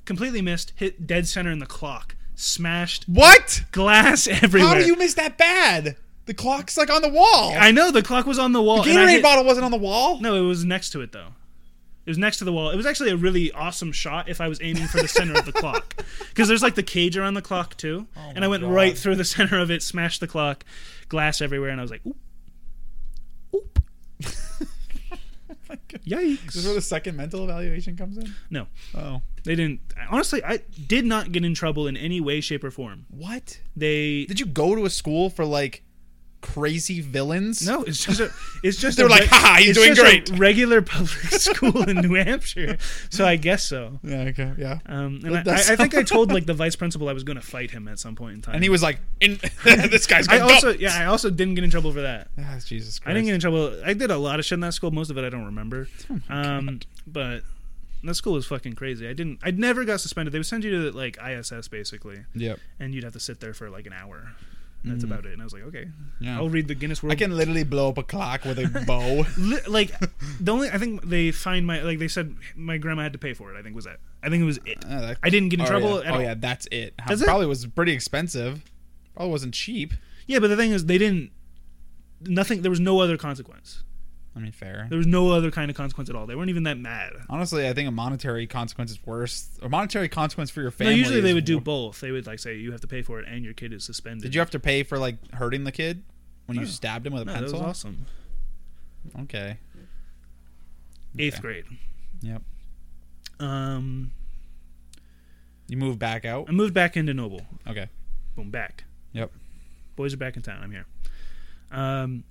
Completely missed. Hit dead center in the clock. Smashed what? glass everywhere. How do you miss that bad? The clock's like on the wall. I know the clock was on the wall. and I Gatorade hit- bottle wasn't on the wall. No, it was next to it though. It was next to the wall. It was actually a really awesome shot if I was aiming for the center of the clock, because there's like the cage around the clock too, and Oh my I went God. right through the center of it, smashed the clock, glass everywhere, and I was like, "Oop, oop, yikes!" This is where the second mental evaluation comes in. no, Oh, They didn't. Honestly, I did not get in trouble in any way, shape, or form. what? They Did you go to a school for like crazy villains. No, it's just a, it's just They're a like, "Ha ha, you're it's doing just a great." regular public school in New Hampshire, so I guess so. Yeah. Okay. Yeah. Um, and I, I, That's- I think I told like the vice principal I was going to fight him at some point in time. And he was like, in, "This guy's I going also yeah, I also didn't get in trouble for that. Ah, Jesus Christ. I didn't get in trouble. I did a lot of shit in that school. Most of it I don't remember. um, but that school was fucking crazy. I didn't. I never got suspended. They would send you to like ISS basically, Yep. and you'd have to sit there for like an hour. And That's about it. And I was like, okay, Mm. Yeah. I'll read the Guinness World. I can literally blow up a clock with a bow. Li- like the only I think they fined my like they said my grandma had to pay for it. I think was that. I think it was it. Ah, that- I didn't get in oh, trouble. Yeah. At oh all. yeah, that's it. That's it? probably was pretty expensive. Probably wasn't cheap. Yeah, but the thing is, they didn't. Nothing. There was no other consequence. I mean, fair. There was no other kind of consequence at all. They weren't even that mad. Honestly, I think a monetary consequence is worse. A monetary consequence for your No, family. usually they is would wo- do both. They would like say you have to pay for it and your kid is suspended. Did you have to pay for like hurting the kid when you stabbed him with a No, that was pencil? awesome. Okay. Eighth Okay. grade. Yep. Um, You moved back out. I moved back into Noble. Okay. Boom, back. Yep. Boys are back in town. I'm here. Um,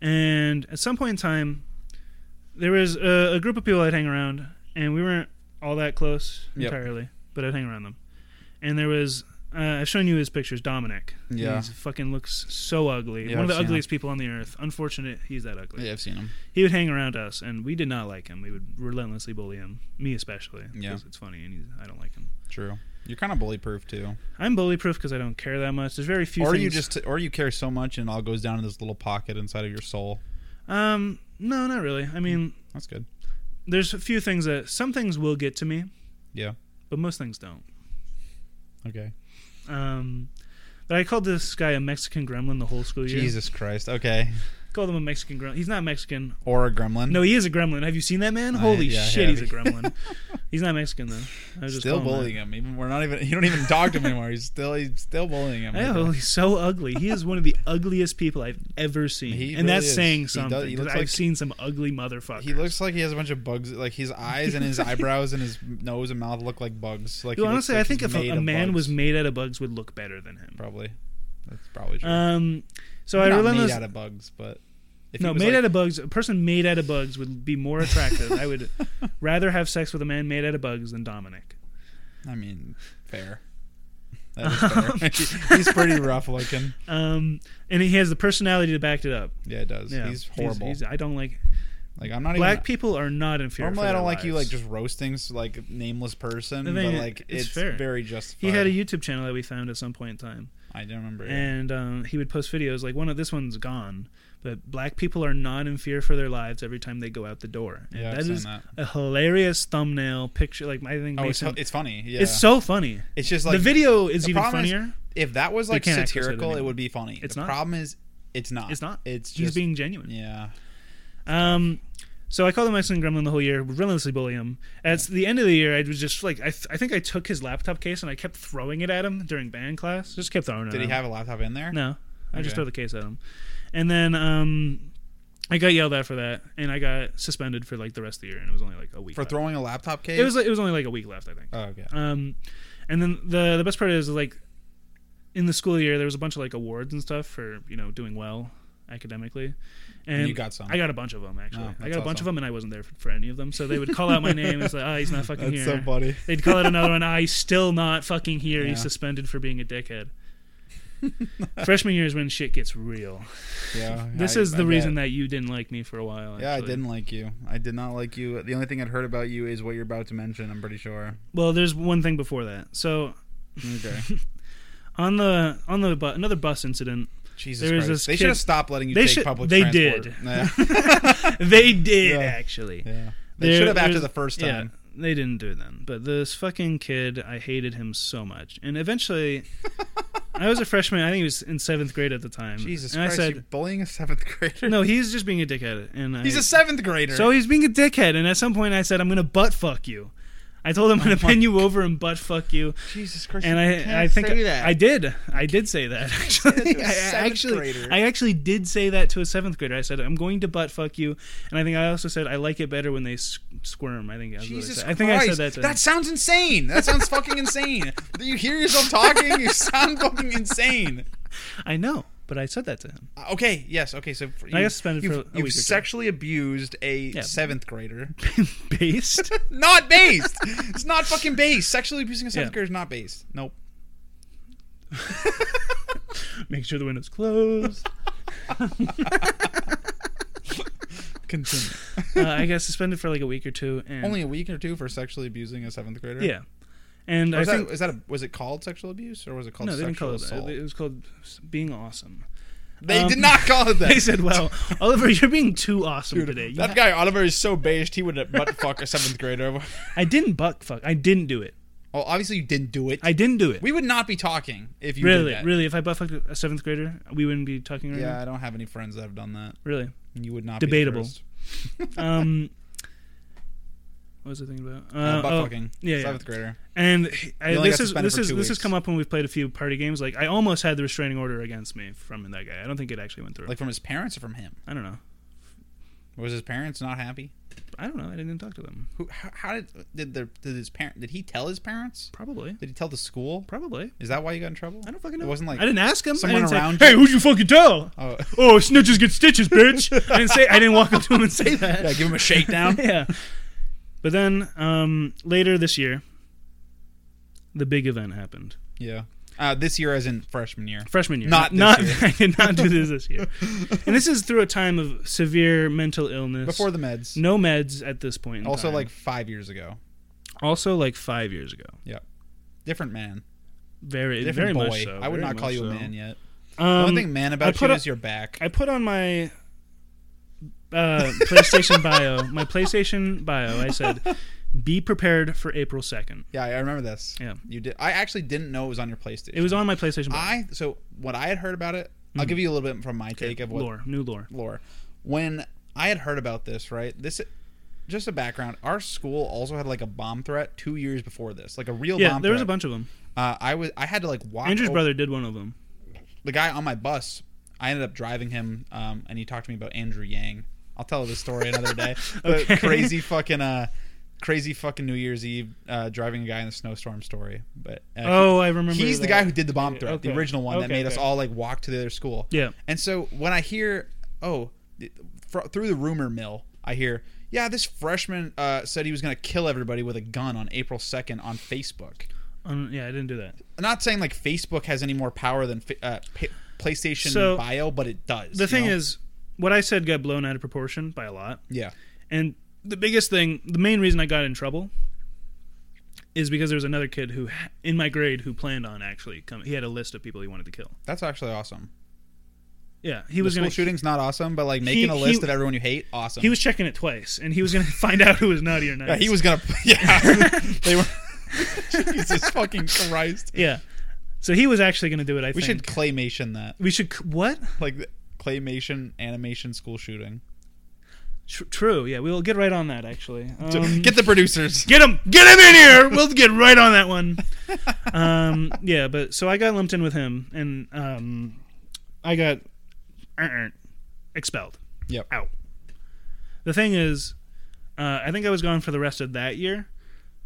and at some point in time, there was a, a group of people I'd hang around, and we weren't all that close Yep. entirely, but I'd hang around them. And there was uh, I've shown you his pictures, Dominic. Yeah. he fucking looks so ugly. Yeah, One of I've the seen ugliest people on the earth. Unfortunate, he's that ugly. Yeah, I've seen him. he would hang around us, and we did not like him. We would relentlessly bully him, me especially. Yeah. because it's funny, and he's, I don't like him. True. You're kind of bully proof too. I'm bully proof because I don't care that much. There's very few. or things, you just or you care so much and it all goes down in this little pocket inside of your soul. um no, not really. I mean, That's good. there's a few things that some things will get to me, Yeah. but most things don't. Okay. Um, but I called this guy a Mexican gremlin the whole school year. Jesus Christ. Okay. Called him a Mexican gremlin. He's not Mexican. Or a gremlin. No, he is a gremlin. Have you seen that man? Holy yeah, I shit, have. he's a gremlin. he's not Mexican though. I was just still calling him that. bullying him. Even we're not even. You don't even talk to him anymore. He's still he's still bullying him. Oh, he's so ugly. He is one of the ugliest people I've ever seen, He and really that's is. He saying does- something. he 'cause looks I've like- seen some ugly motherfuckers. He looks like he has a bunch of bugs. Like his eyes and his eyebrows and his nose and mouth look like bugs. Like Dude, he looks honestly, like I think he's if a, made a of man bugs. was made out of bugs, would look better than him. probably that's probably true. Um, so I Not relentless. made out of bugs, but if no, he was made like- out of bugs. A person made out of bugs would be more attractive. I would rather have sex with a man made out of bugs than Dominic. I mean, fair. That is fair. he's pretty rough looking. Um, and he has the personality to back it up. Yeah, it does. Yeah, He's horrible. he's- I don't like like I'm not black even. people are not inferior. Normally, for I don't their like you like lives. just roasting s- like nameless person, The but thing- like it's, it's fair. very justified. He had a YouTube channel that we found at some point in time. I don't remember. yeah. and um, he would post videos like one of this one's gone but black people are not in fear for their lives every time they go out the door and Yeah, I've that seen is that. a hilarious thumbnail picture like i think Oh, it's, makes him- it's funny. Yeah, it's so funny It's just like the video is the even problem is funnier If that was like can't access it satirical, it, anymore. would be funny. It's the not. problem is, it's not. it's not It's just he's being genuine yeah. um so I called him Mexican Gremlin the whole year, would relentlessly bully him. At the end of the year, I was just like, I, th- I think I took his laptop case and I kept throwing it at him during band class. Just kept throwing it. Did at he him. have a laptop in there? No, I Okay. just throw the case at him, and then um, I got yelled at for that, and I got suspended for like the rest of the year, and it was only like a week For left. throwing a laptop case. It was it was only like a week left, I think. Oh, okay. Um, and then the the best part is like in the school year there was a bunch of like awards and stuff for you know doing well academically, and, you got some. I got a bunch of them actually. Oh, I that's got a bunch awesome. of them, and I wasn't there for, for any of them. So they would call out my name. and It's like, oh, he's not fucking here. funny. They'd call it another one. I still not fucking here. He's Yeah. suspended for being a dickhead. Freshman year is when shit gets real. Yeah. This I- is I the bet. reason that you didn't like me for a while. Yeah, I actually. didn't like you. I did not like you. The only thing I'd heard about you is what you're about to mention. I'm pretty sure. Well, there's one thing before that. So Okay. on the on the bu- another bus incident, Jesus There was Christ. this they kid- should have stopped letting you They take should- public they transport. did. Yeah. they did Yeah. actually. yeah. They There- should have after there's- the first yeah, time. they didn't do it then. But this fucking kid, I hated him so much. And eventually, I was a freshman. I think he was in seventh grade at the time. Jesus and Christ, I you're said, bullying a seventh grader. "No, he's just being a dickhead." And he's I, a seventh grader. So he's being a dickhead, and at some point I said, "I'm gonna butt fuck you." I told him I'm gonna Oh my bend you over and butt fuck you, Jesus Christ, and you I I can't think say that. I did I did say that said to actually a I I seventh actually grader. I actually did say that to a seventh grader. I said I'm going to butt fuck you, and I think I also said I like it better when they s- squirm. I think that's what I Jesus said. Christ. I think I said that. To him. That sounds insane. That sounds fucking insane. You hear yourself talking, you sound fucking insane. I know, but but I said that to him. Uh, Okay, yes, okay. So for, I got suspended you've, for a you've week or two. sexually abused a Yeah. seventh grader. Based. not based. it's not fucking based. Sexually abusing a seventh Yeah. grader is not based. Nope. Make sure the window's closed. Continue. uh, I got suspended for like a week or two, and Only a week or two for sexually abusing a seventh grader. yeah. And Or I Is that, think is that a, was it called sexual abuse or was it called no, they didn't sexual call it. assault? That. It was called being awesome. They Um, did not call it that. They said, "Wow, Oliver, you're being too awesome today." You that ha- guy Oliver is so based he would butt fuck a seventh grader. Well, I didn't buck fuck. I didn't do it. obviously you didn't do it. I didn't do it. we would not be talking if you really, did that. really. If I butt fucked a seventh grader, we wouldn't be talking right Yeah, now. I don't have any friends that have done that. Really. You would not Debatable. Be the first. Um. What was I thinking about? Uh, Uh, butt oh, fucking yeah, yeah. seventh grader. And I, You only this got is suspended this for is two this has weeks. come up when we've played a few party games. Like I almost had the restraining order against me from that guy. I don't think it actually went through. Like from his parents or from him? I don't know. Was his parents not happy? I don't know. I didn't talk to them. Who? How, how did did their did his parent? Did he tell his parents? Probably. Did he tell the school? Probably. Is that why you got in trouble? I don't fucking know. It wasn't like I didn't ask him. I someone didn't say, around you- hey, who'd you fucking tell? Oh, oh, snitches get stitches, bitch. I didn't say. I didn't walk up to him and say that. yeah, give him a shakedown. yeah. But then um, later this year, the big event happened. yeah. Uh, this year, as in freshman year. Freshman year, Not not. this I did not do this this year. and this is through a time of severe mental illness. Before the meds. no meds at this point. in also, time. like five years ago. also like five years ago. Different man. Very, Different very boy. much so. I would very not call much you a so. man yet. the Um, only thing man about put you a- is your back. I put on my uh, PlayStation bio, my PlayStation bio. I said, "Be prepared for April 2nd. yeah, I remember this. Yeah. You did. I actually didn't know it was on your PlayStation. It was Hmm. on my PlayStation bio. I so what I had heard about it. I'll give you a little bit from my take of what lore, new lore. lore. When I had heard about this, right? This just a background. Our school also had like a bomb threat two years before this, like a real Yeah, bomb. there was a threat. bunch of them. Uh, I was I had to like walk. Andrew's over- brother did one of them. the guy on my bus. I ended up driving him, um, and he talked to me about Andrew Yang. I'll tell this story another day. But Okay. crazy fucking uh, crazy fucking New Year's Eve uh, driving a guy in the snowstorm story. But uh, Oh, I remember. he's the that. guy who did the bomb threat, the Okay. original one that Okay, made us okay. all like walk to the other school. Yeah. And so when I hear, oh, th- fr- through the rumor mill, I hear, yeah, this freshman uh, said he was going to kill everybody with a gun on April 2nd on Facebook. Um, yeah, I didn't do that. I'm not saying like Facebook has any more power than fa- uh, pa- PlayStation So, Bio, but it does. The you thing know? is, what I said got blown out of proportion by a lot. yeah. And the biggest thing, the main reason I got in trouble is because there was another kid who, ha- in my grade, who planned on actually coming. He had a list of people he wanted to kill. That's actually awesome. Yeah, he The was school going to. shooting's not awesome, but like making a he- list of everyone you hate, awesome. He was checking it twice, and he was going to find out who was naughty or nice. yeah, he was gonna. Yeah, they were. Jesus fucking Christ! Yeah. So he was actually going to do it. I We think should claymation that. We should. c- What? like the claymation animation school shooting. Tr- true. Yeah, we will get right on that. Actually, um, Get the producers. get him, get him in here. We'll get right on that one. um, yeah, but so I got lumped in with him, and um, I got uh-uh, expelled. Yep. Out. The thing is, uh, I think I was gone for the rest of that year,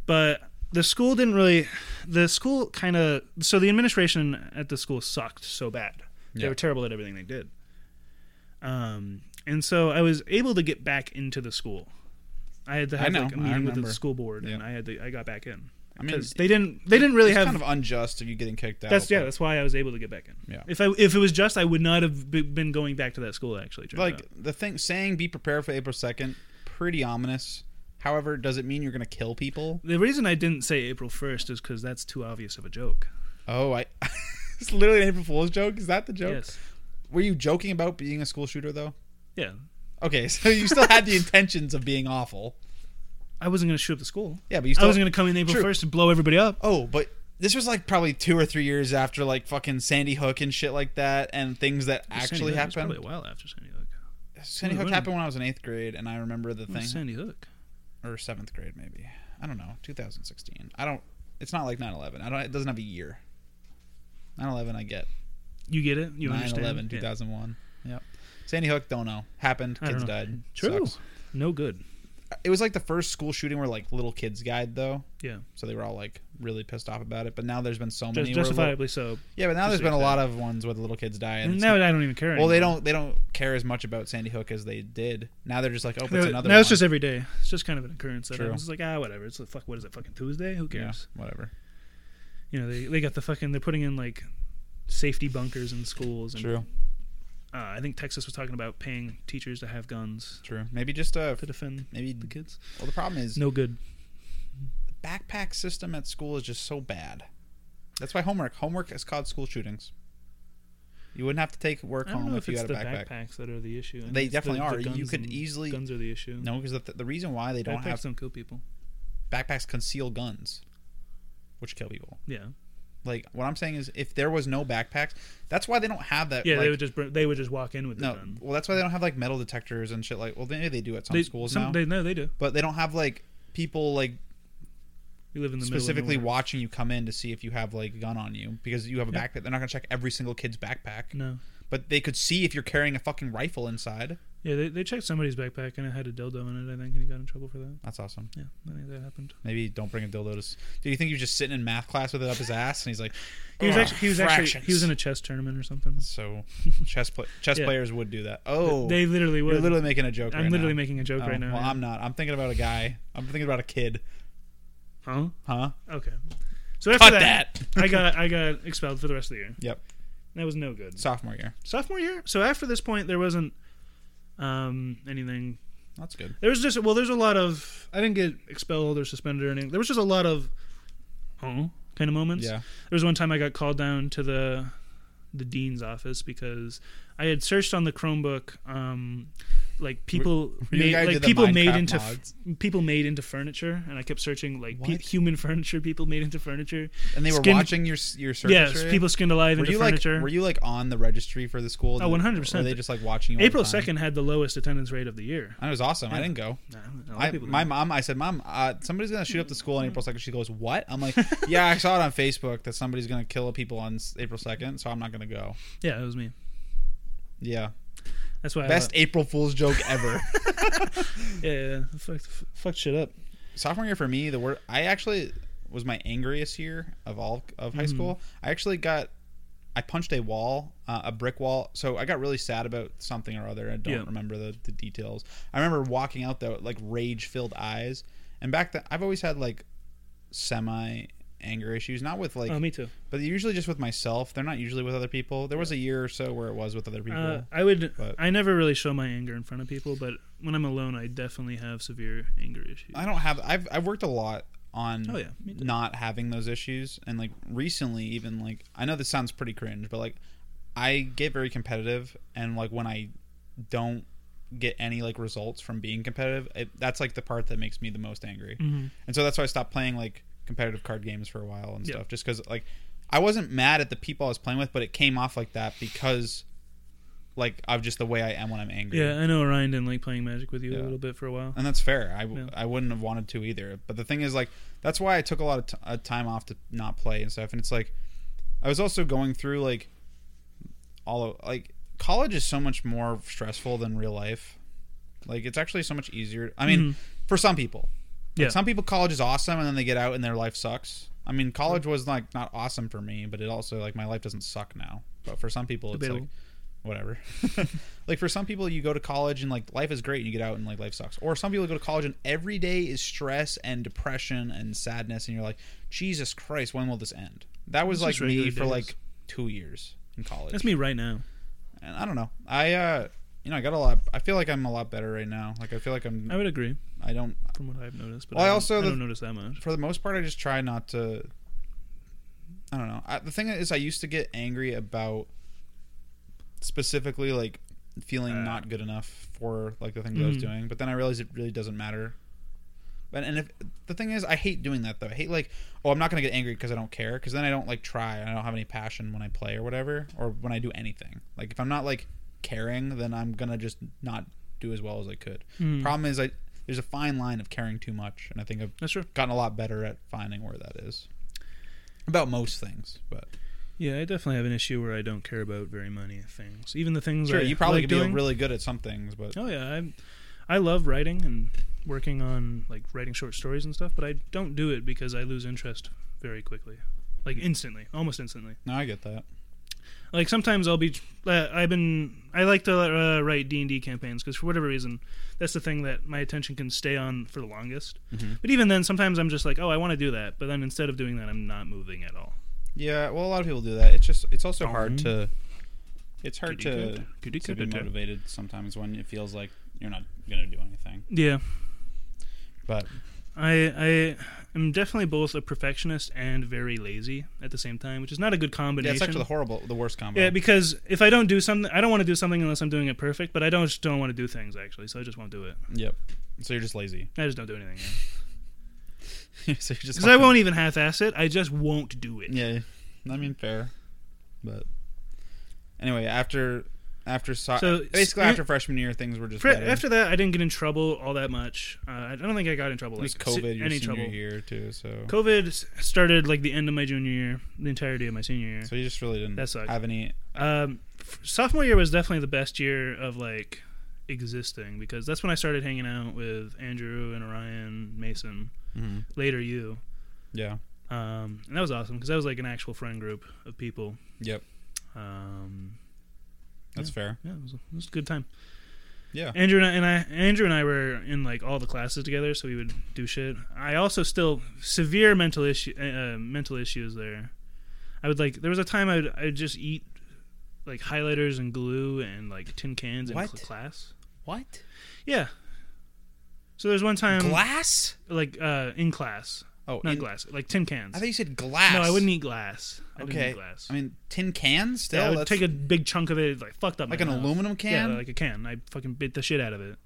but the school didn't really. The school kind of so the administration at the school sucked so bad. They Yeah. were terrible at everything they did. Um, and so I was able to get back into the school. I had to I have know, like a I meeting with remember. the school board, and Yeah. I had to, I got back in I mean, because they didn't they didn't really it's have kind of unjust of you getting kicked out. that's yeah but, that's why I was able to get back in. Yeah. If I if it was just I would not have be- been going back to that school actually. turns out. like the thing saying "be prepared for April 2nd, pretty ominous. However, does it mean you're gonna kill people? the reason I didn't say April first is because that's too obvious of a joke. Oh, I. it's literally an April Fool's joke. Is that the joke? Yes. Were you joking about being a school shooter though? Yeah. Okay, so you still had the intentions of being awful. I wasn't going to shoot up the school. Yeah, but you I still wasn't going to come in April True. first and blow everybody up. Oh, but this was like probably two or three years after like fucking Sandy Hook and shit like that, and things that actually Sandy Hook was happened. probably a while after Sandy Hook. Sandy Wait, Hook wait a happened when I was in eighth grade, and I remember the When thing, was Sandy Hook. or seventh grade maybe. I don't know, 2016. I don't. It's not like 9/11. I don't. It doesn't have a year. 9/11, I get. You get it? You 9/11, understand? Yeah. 2001. Yep. Sandy Hook, don't know. Happened. I don't Kids know. died. True. Sucks. No good. it was like the first school shooting where like little kids died though, Yeah, so they were all like really pissed off about it. But now there's been so Just many. where little- justifiably so. yeah, but now there's Just been a like lot of ones where the little kids die, and And it's now I don't even care. Well, they anymore. don't they don't care as much about Sandy Hook as they did. Now they're just like, oh, but it's Now, another. now it's one. just every day. It's just kind of an occurrence. That True. happens. It's like ah, whatever. It's like fuck. What is it? Fucking Tuesday? Who yeah, cares? whatever. You know, they they got the fucking. They're putting in like safety bunkers in schools. And, True, Uh, I think Texas was talking about paying teachers to have guns true. Maybe just uh, to defend maybe. the kids. Well, the problem is No good. the backpack system at school is just so bad. That's why homework homework is called school shootings. You wouldn't have to take work I don't home know if, if you it's had a the backpack. backpacks that are the issue. I think They it's the- definitely the are. You guns could and- easily- guns are the issue. No, because the, the reason why they don't backpacks have don't kill people. backpacks conceal guns, which kill people. Yeah, Like what I'm saying is, if there was no backpacks, that's why they don't have that. yeah. like, they would just br- they would just walk in with the no. gun. Well, that's why they don't have like metal detectors and shit. Like, well, maybe they do at some They, schools some, now, They, no, they do. but they don't have like people like You live in the specifically middle watching you come in to see if you have like a gun on you because you have a Yeah. backpack. They're not gonna check every single kid's backpack, of nowhere. No. but they could see if you're carrying a fucking rifle inside. Yeah, they, they checked somebody's backpack and it had a dildo in it. I think, and he got in trouble for that. That's awesome. Yeah, I think that happened. Maybe don't bring a dildo to. s- Do you think you're just sitting in math class with it up his ass and he's like, He was "Ugh, actually he was actually fractions." he was in a chess tournament or something. So chess play- chess Yeah. players would do that. Oh, they literally you're would. literally making a joke. I'm right literally now. making a joke Oh, right now. Well, yeah. I'm not. I'm thinking about a guy. I'm thinking about a kid. Huh? huh? Okay. So after Cut that, that. I got I got expelled for the rest of the year. Yep. That was no good. Sophomore year. Sophomore year. So after this point, there wasn't um anything That's good. There was just well, there's a lot of I didn't get expelled or suspended or anything. There was just a lot of oh kind of moments. Yeah. There was one time I got called down to the the dean's office because I had searched on the Chromebook um like people you the guy made, who like did the people made Minecraft into mods? f- people made into furniture and I kept searching like pe- What? human furniture people made into furniture. And they were Skin- watching your s- your search. Yes, history? people skinned alive Were into you like furniture. were you like on the registry for the school? Oh, 100%. Were they just like watching you? all the April time? 2nd had the lowest attendance rate of the year. That was awesome. I didn't go. I don't know, a lot of I, people Mm-hmm. my didn't. mom, I said, Mom, uh, somebody's going to shoot up the school on April 2nd. She goes, What? I'm like, Yeah, I saw it on Facebook that somebody's going to kill people on s- April 2nd, so I'm not going to go. yeah, it was me. Yeah. That's why Best April Fool's joke ever. I, yeah, yeah, yeah. Fuck, fuck shit up. sophomore year for me the word i actually was my angriest year of all of Mm-hmm. high school i actually got i punched a wall uh, a brick wall so i got really sad about something or other i don't Yeah. remember the, the details i remember walking out though like rage filled eyes and back then i've always had like semi anger issues not with like oh, me too. but usually just with myself they're not usually with other people there was a year or so where it was with other people Uh, I would. but- I never really show my anger in front of people, but when I'm alone, I definitely have severe anger issues. I don't have. I've I've worked a lot on Oh, yeah, me too. not having those issues, and like recently, even like I know this sounds pretty cringe, but like I get very competitive, and like when I don't get any like results from being competitive, it, that's like the part that makes me the most angry, Mhm. and so that's why I stopped playing like competitive card games for a while and Yeah. stuff, just because like I wasn't mad at the people I was playing with, but it came off like that because like of just the way I am when I'm angry. Yeah, I know Orion didn't like playing Magic with you a Yeah. little bit for a while. and that's fair. I, w- Yeah. I wouldn't have wanted to either. But the thing is, like, that's why I took a lot of t- uh, time off to not play and stuff. And it's like, I was also going through like all of like college is so much more stressful than real life. Like, it's actually so much easier. I mean, Mhm. for some people, Like, Yeah. Some people college is awesome, and then they get out and their life sucks. I mean, college was like not awesome for me, but it also like my life doesn't suck now. But for some people, it's like Debatable. whatever. like for some people, you go to college and like life is great, and you get out and like life sucks. Or some people go to college and every day is stress and depression and sadness, and you're like, Jesus Christ, when will this end? That was It's like just me regular for days. like two years in college. That's me right now. And I don't know. I uh, you know, I got a lot. I feel like I'm a lot better right now. Like I feel like I'm. I would agree I don't. from what I've noticed, but Well, I I, don't- also- I the- don't notice that much. for the most part, I just try not to. I don't know. I, the thing is, I used to get angry about specifically like feeling Uh. not good enough for like the things I was Mhm. doing, but then I realized it really doesn't matter. But and if the thing is, I hate doing that though. I hate like, oh, I'm not gonna get angry because I don't care, because then I don't like try. and I don't have any passion when I play or whatever, or when I do anything. Like if I'm not like caring, then I'm gonna just not do as well as I could. Mm. Problem is, I there's a fine line of caring too much, and I think I've That's true. gotten a lot better at finding where that is about most things but Yeah, I definitely have an issue where I don't care about very many things, even the things. sure I you probably like could be doing. really good at some things but Oh yeah, I'm. I love writing and working on like writing short stories and stuff, but I don't do it because I lose interest very quickly, Hmm. like instantly, almost instantly. No, I get that. Like sometimes I'll be, uh, I've been, I like to uh, write D and D campaigns because for whatever reason, that's the thing that my attention can stay on for the longest. Mhm. But even then, sometimes I'm just like, oh, I want to do that, but then instead of doing that, I'm not moving at all. Yeah, well, a lot of people do that. It's just it's also hard to it's hard to Could you to be could- motivated sometimes when it feels like you're not gonna do anything. Yeah, But I I am definitely both a perfectionist and very lazy at the same time, which is not a good yeah, combination. it's actually the horrible, the worst combo. Yeah, because if I don't do something, I don't want to do something unless I'm doing it perfect. But I don't just don't want to do things actually, so I just won't do it. yep. So you're just lazy. I just don't do anything so you're just because I won't even half-ass it. I just won't do it. Yeah, I mean fair, but anyway, after after so, So, basically s- after freshman year, things were just Fre- better. after that, I didn't get in trouble all that much. Uh, I don't think I got in trouble. it Like, was se- COVID your any senior trouble? year too. So COVID s- started like the end of my junior year, the entirety of my senior year. so you just really didn't That sucked. have any. Um, f- sophomore year was definitely the best year of like existing because that's when I started hanging out with Andrew and Orion Mason. Mm-hmm. Later, you. Yeah. Um, and that was awesome because that was like an actual friend group of people. Yep. Um, That's fair. yeah, it was, it was a good time. Yeah. Andrew and I, and I, Andrew and I were in like all the classes together, so we would do shit. I also still severe mental issue, uh, mental issues there. I would like there was a time I would I would just eat like highlighters and glue and like tin cans in What? cl- class. What? Yeah. So there's one time glass? like uh in class, Oh, Um, not in- glass, like tin cans. I thought you said glass. No, I wouldn't eat glass. I didn't Okay. eat glass. I mean, tin cans still. Yeah, I would That's take a big chunk of it, like fucked up. like my an mouth. aluminum can. Yeah, like a can. I fucking bit the shit out of it.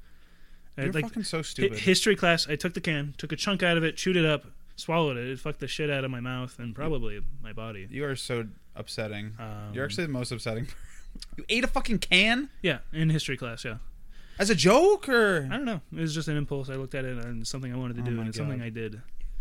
I You're had, like fucking so hi- stupid. history class, I took the can, took a chunk out of it, chewed it up, swallowed it. It fucked the shit out of my mouth and probably my body. you are so upsetting. Um, You're actually the most upsetting. you ate a fucking can yeah, in history class, yeah. as a joke, I or don't know. It was just an impulse. I looked at it and it's something I wanted to Oh do, my and it's something God. I did.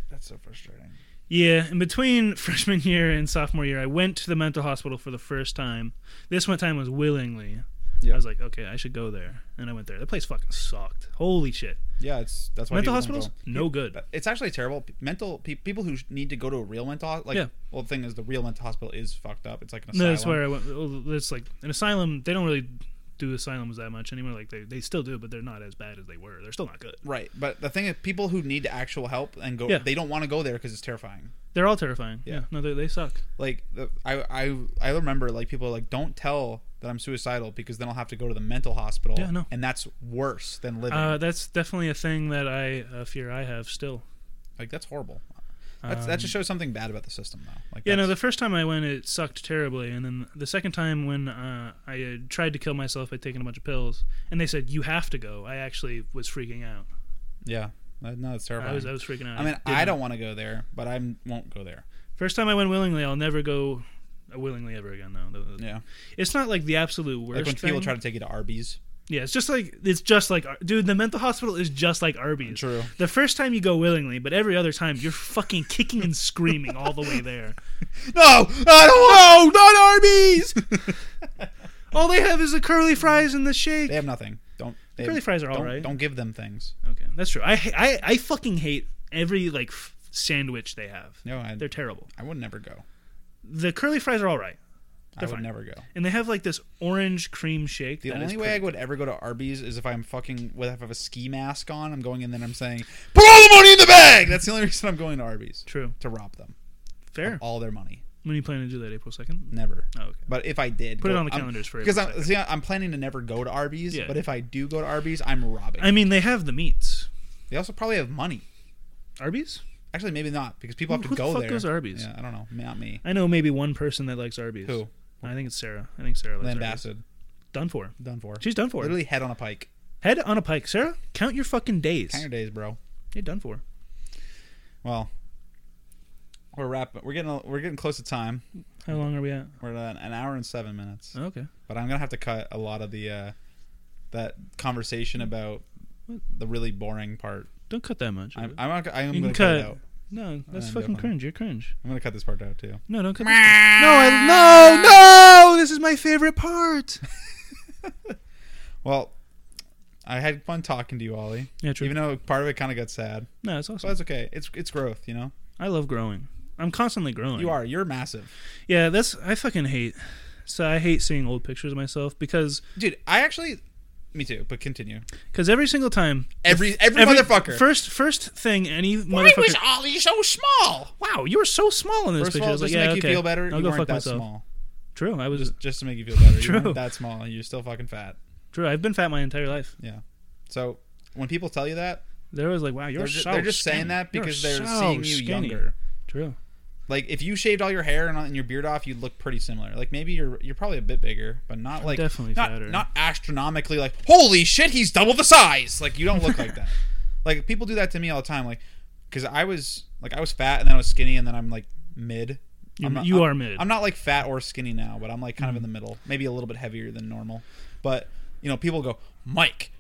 that's so frustrating. Yeah, in between freshman year and sophomore year, I went to the mental hospital for the first time. This one time was willingly. Yeah. I was like, okay, I should go there, and I went there. The place fucking sucked. Holy shit! Yeah, it's that's why Mental people don't hospitals, go. no good. But It's actually terrible. P- Mental pe- people who sh- need to go to a real mental hos- like Yeah. well, the thing is, the real mental hospital is fucked up. It's like an asylum. No, that's where I went. well, That's like an asylum. They don't really do asylums that much anymore. Like they, they still do, but they're not as bad as they were. They're still not good. Right, but the thing is, people who need actual help and go, Yeah. they don't want to go there because it's terrifying. They're all terrifying. Yeah. Yeah. No, they, they suck. Like the, I, I, I remember like people are like don't tell that I'm suicidal because then I'll have to go to the mental hospital. Yeah, I know. and that's worse than living. Uh, that's definitely a thing that I uh, fear I have still. Um, like that's horrible. That's, that just shows something bad about the system, though. Like Yeah, no, the that's- first time I went, it sucked terribly. And then the second time when uh, I had tried to kill myself by taking a bunch of pills, and they said, you have to go, I actually was freaking out. yeah, That- no, it's terrifying. I was, I was freaking out. I mean, didn't. I don't want to go there, but I won't go there. First time I went willingly, I'll never go uh, willingly ever again, though. The- the- Yeah, It's not like the absolute worst like when people thing. try to take you to Arby's. Yeah, it's just like it's just like Ar- dude, the mental hospital is just like Arby's. True. The first time you go willingly, but every other time you're fucking kicking and screaming all the way there. No, I don't know, not Arby's. All they have is the curly fries and the shake. they have nothing. Don't. They Curly fries are don't, all right. Don't give them things. Okay, that's true. I ha- I I fucking hate every like f- sandwich they have. No, I, They're terrible. I would never go. The curly fries are all right, I They're would fine. never go. and they have like this orange cream shake. The that is only way pretty- I would ever go to Arby's is if I'm fucking with if I have a ski mask on. I'm going in there. and I'm saying, put all the money in the bag. That's the only reason I'm going to Arby's true to rob them fair. all their money. When are you planning to do that? April second. Never. Oh, okay. But if I did, Put it go- on the I'm- calendars for because April I'm see, I'm planning to never go to Arby's. Yeah. But if I do go to Arby's, I'm robbing. I mean, they have the meats. they also probably have money. Arby's. Actually, maybe not because people have Who to the go fuck there. goes to Arby's? Yeah, I don't know. Not me. I know maybe one person that likes Arby's. Who? I think it's Sarah. I think Sarah likes Arby's. Lambasted. Done for. Done for. She's done for. Literally head on a pike. Head on a pike, Sarah. Count your fucking days. Count your days, bro. You're done for. Well, we're wrapping. We're getting. We're getting close to time. How long are we at? We're at an hour and seven minutes. Okay. But I'm gonna have to cut a lot of the uh, that conversation about the really boring part. Don't cut that much. I'm. I'm. not- I am You gonna can cut. it cut. out. no, that's I'm fucking definitely- cringe. You're cringe. I'm gonna cut this part out too. No, don't cut. This. No, I no no. This is my favorite part. Well, I had fun talking to you, Ollie. Yeah, true. Even though part of it kind of got sad, no, it's but awesome. that's okay. It's it's growth, you know. I love growing. I'm constantly growing. You are. You're massive, Yeah, that's I fucking hate. So I hate seeing old pictures of myself because dude. I actually, me too. But continue. because every single time Every every, motherfucker. First first thing any Why motherfucker. was Ollie so small? wow, you were so small in this First of picture. I all, just was like, to yeah, make okay. you feel better, I'll you go weren't fuck that myself. small. True, I was Just to make you feel better, you True. weren't that small. You're still fucking fat. true. I've been fat my entire life. Yeah. So when people tell you that, There was like, wow, you're they're, so ju- they're just saying skinny. that You're because they're so seeing you skinny. younger. True. Like if you shaved all your hair and, and your beard off, you'd look pretty similar. Like maybe you're you're probably a bit bigger, but not like definitely not, fatter. not astronomically like holy shit, he's double the size. Like you don't look like that. Like people do that to me all the time. Like because I was like I was fat and then I was skinny and then I'm like mid. You, I'm not- you I'm- are mid. Mm-hmm. I'm not like fat or skinny now, but I'm like kind of in the middle, maybe a little bit heavier than normal. But you know, people go, Mike,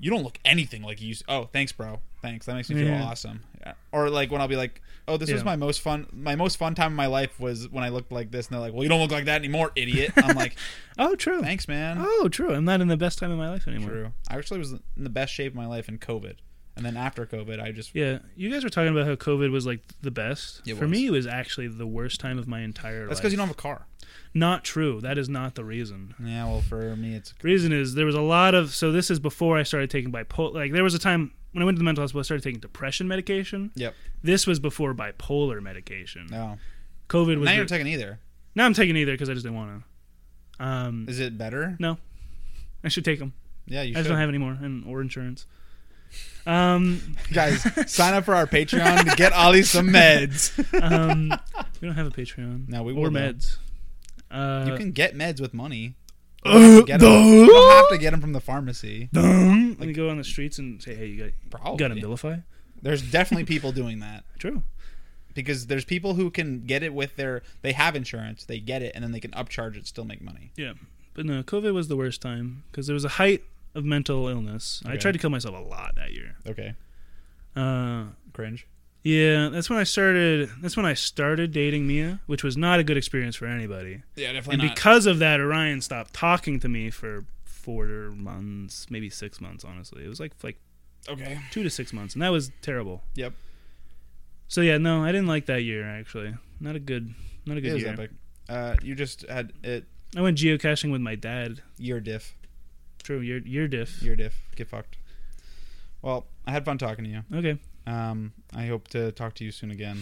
you don't look anything like you. Used- oh, thanks, bro. Thanks. That makes me feel Yeah. awesome. Yeah. Or like when I'll be like, oh, this was Yeah. my most fun. My most fun time of my life was when I looked like this, and they're like, well, you don't look like that anymore, idiot. I'm like, oh, true. thanks, man. Oh, true. I'm not in the best time of my life anymore. True. I actually was in the best shape of my life in COVID, and then after COVID, I just Yeah, you guys were talking about how COVID was like the best. It For was. me, it was actually the worst time of my entire that's life. because you don't have a car. Not true. That is not the reason. Yeah. Well, for me, it's reason is there was a lot of so this is before I started taking bipolar. Like there was a time when I went to the mental hospital, I started taking depression medication. yep. This was before bipolar medication. No. COVID was Now the- you're taking either. now I'm taking either because I just didn't want to. Um, Is it better? no, I should take them. Yeah, you I just should. don't have any more and or insurance. Um, guys sign up for our patreon to get ollie some meds um, we don't have a Patreon. No, we or will, though. meds. Uh, you can get meds with money you don't have to get Uh, 'em- you don't have to get them from the pharmacy Let me go on the streets and say, "Hey, you got Probably. got Abilify?" there's definitely people doing that True. because there's people who can get it with their they have insurance they get it and then they can upcharge it still make money Yeah, but no, COVID was the worst time because there was a height of mental illness. I Okay. tried to kill myself a lot that year. okay Uh, cringe yeah, that's when I started. That's when I started dating Mia, which was not a good experience for anybody. yeah and definitely not. because of that, Orion stopped talking to me for four months, maybe six months. Honestly, it was like like okay two to six months, and that was terrible. Yep. So yeah, no, I didn't like that year actually. Not a good, not a good it was year. epic uh, you just had it I went geocaching with my dad. year diff True, you're you're diff. year diff get fucked well i had fun talking to you Okay, um, i hope to talk to you soon again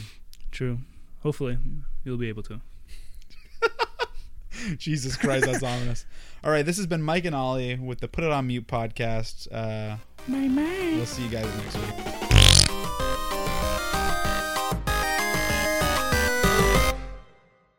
true. Hopefully, you'll be able to. Jesus Christ, that's ominous. All right, this has been Mike and Ollie with the Put It On Mute podcast. Uh, My man. we'll see you guys next week.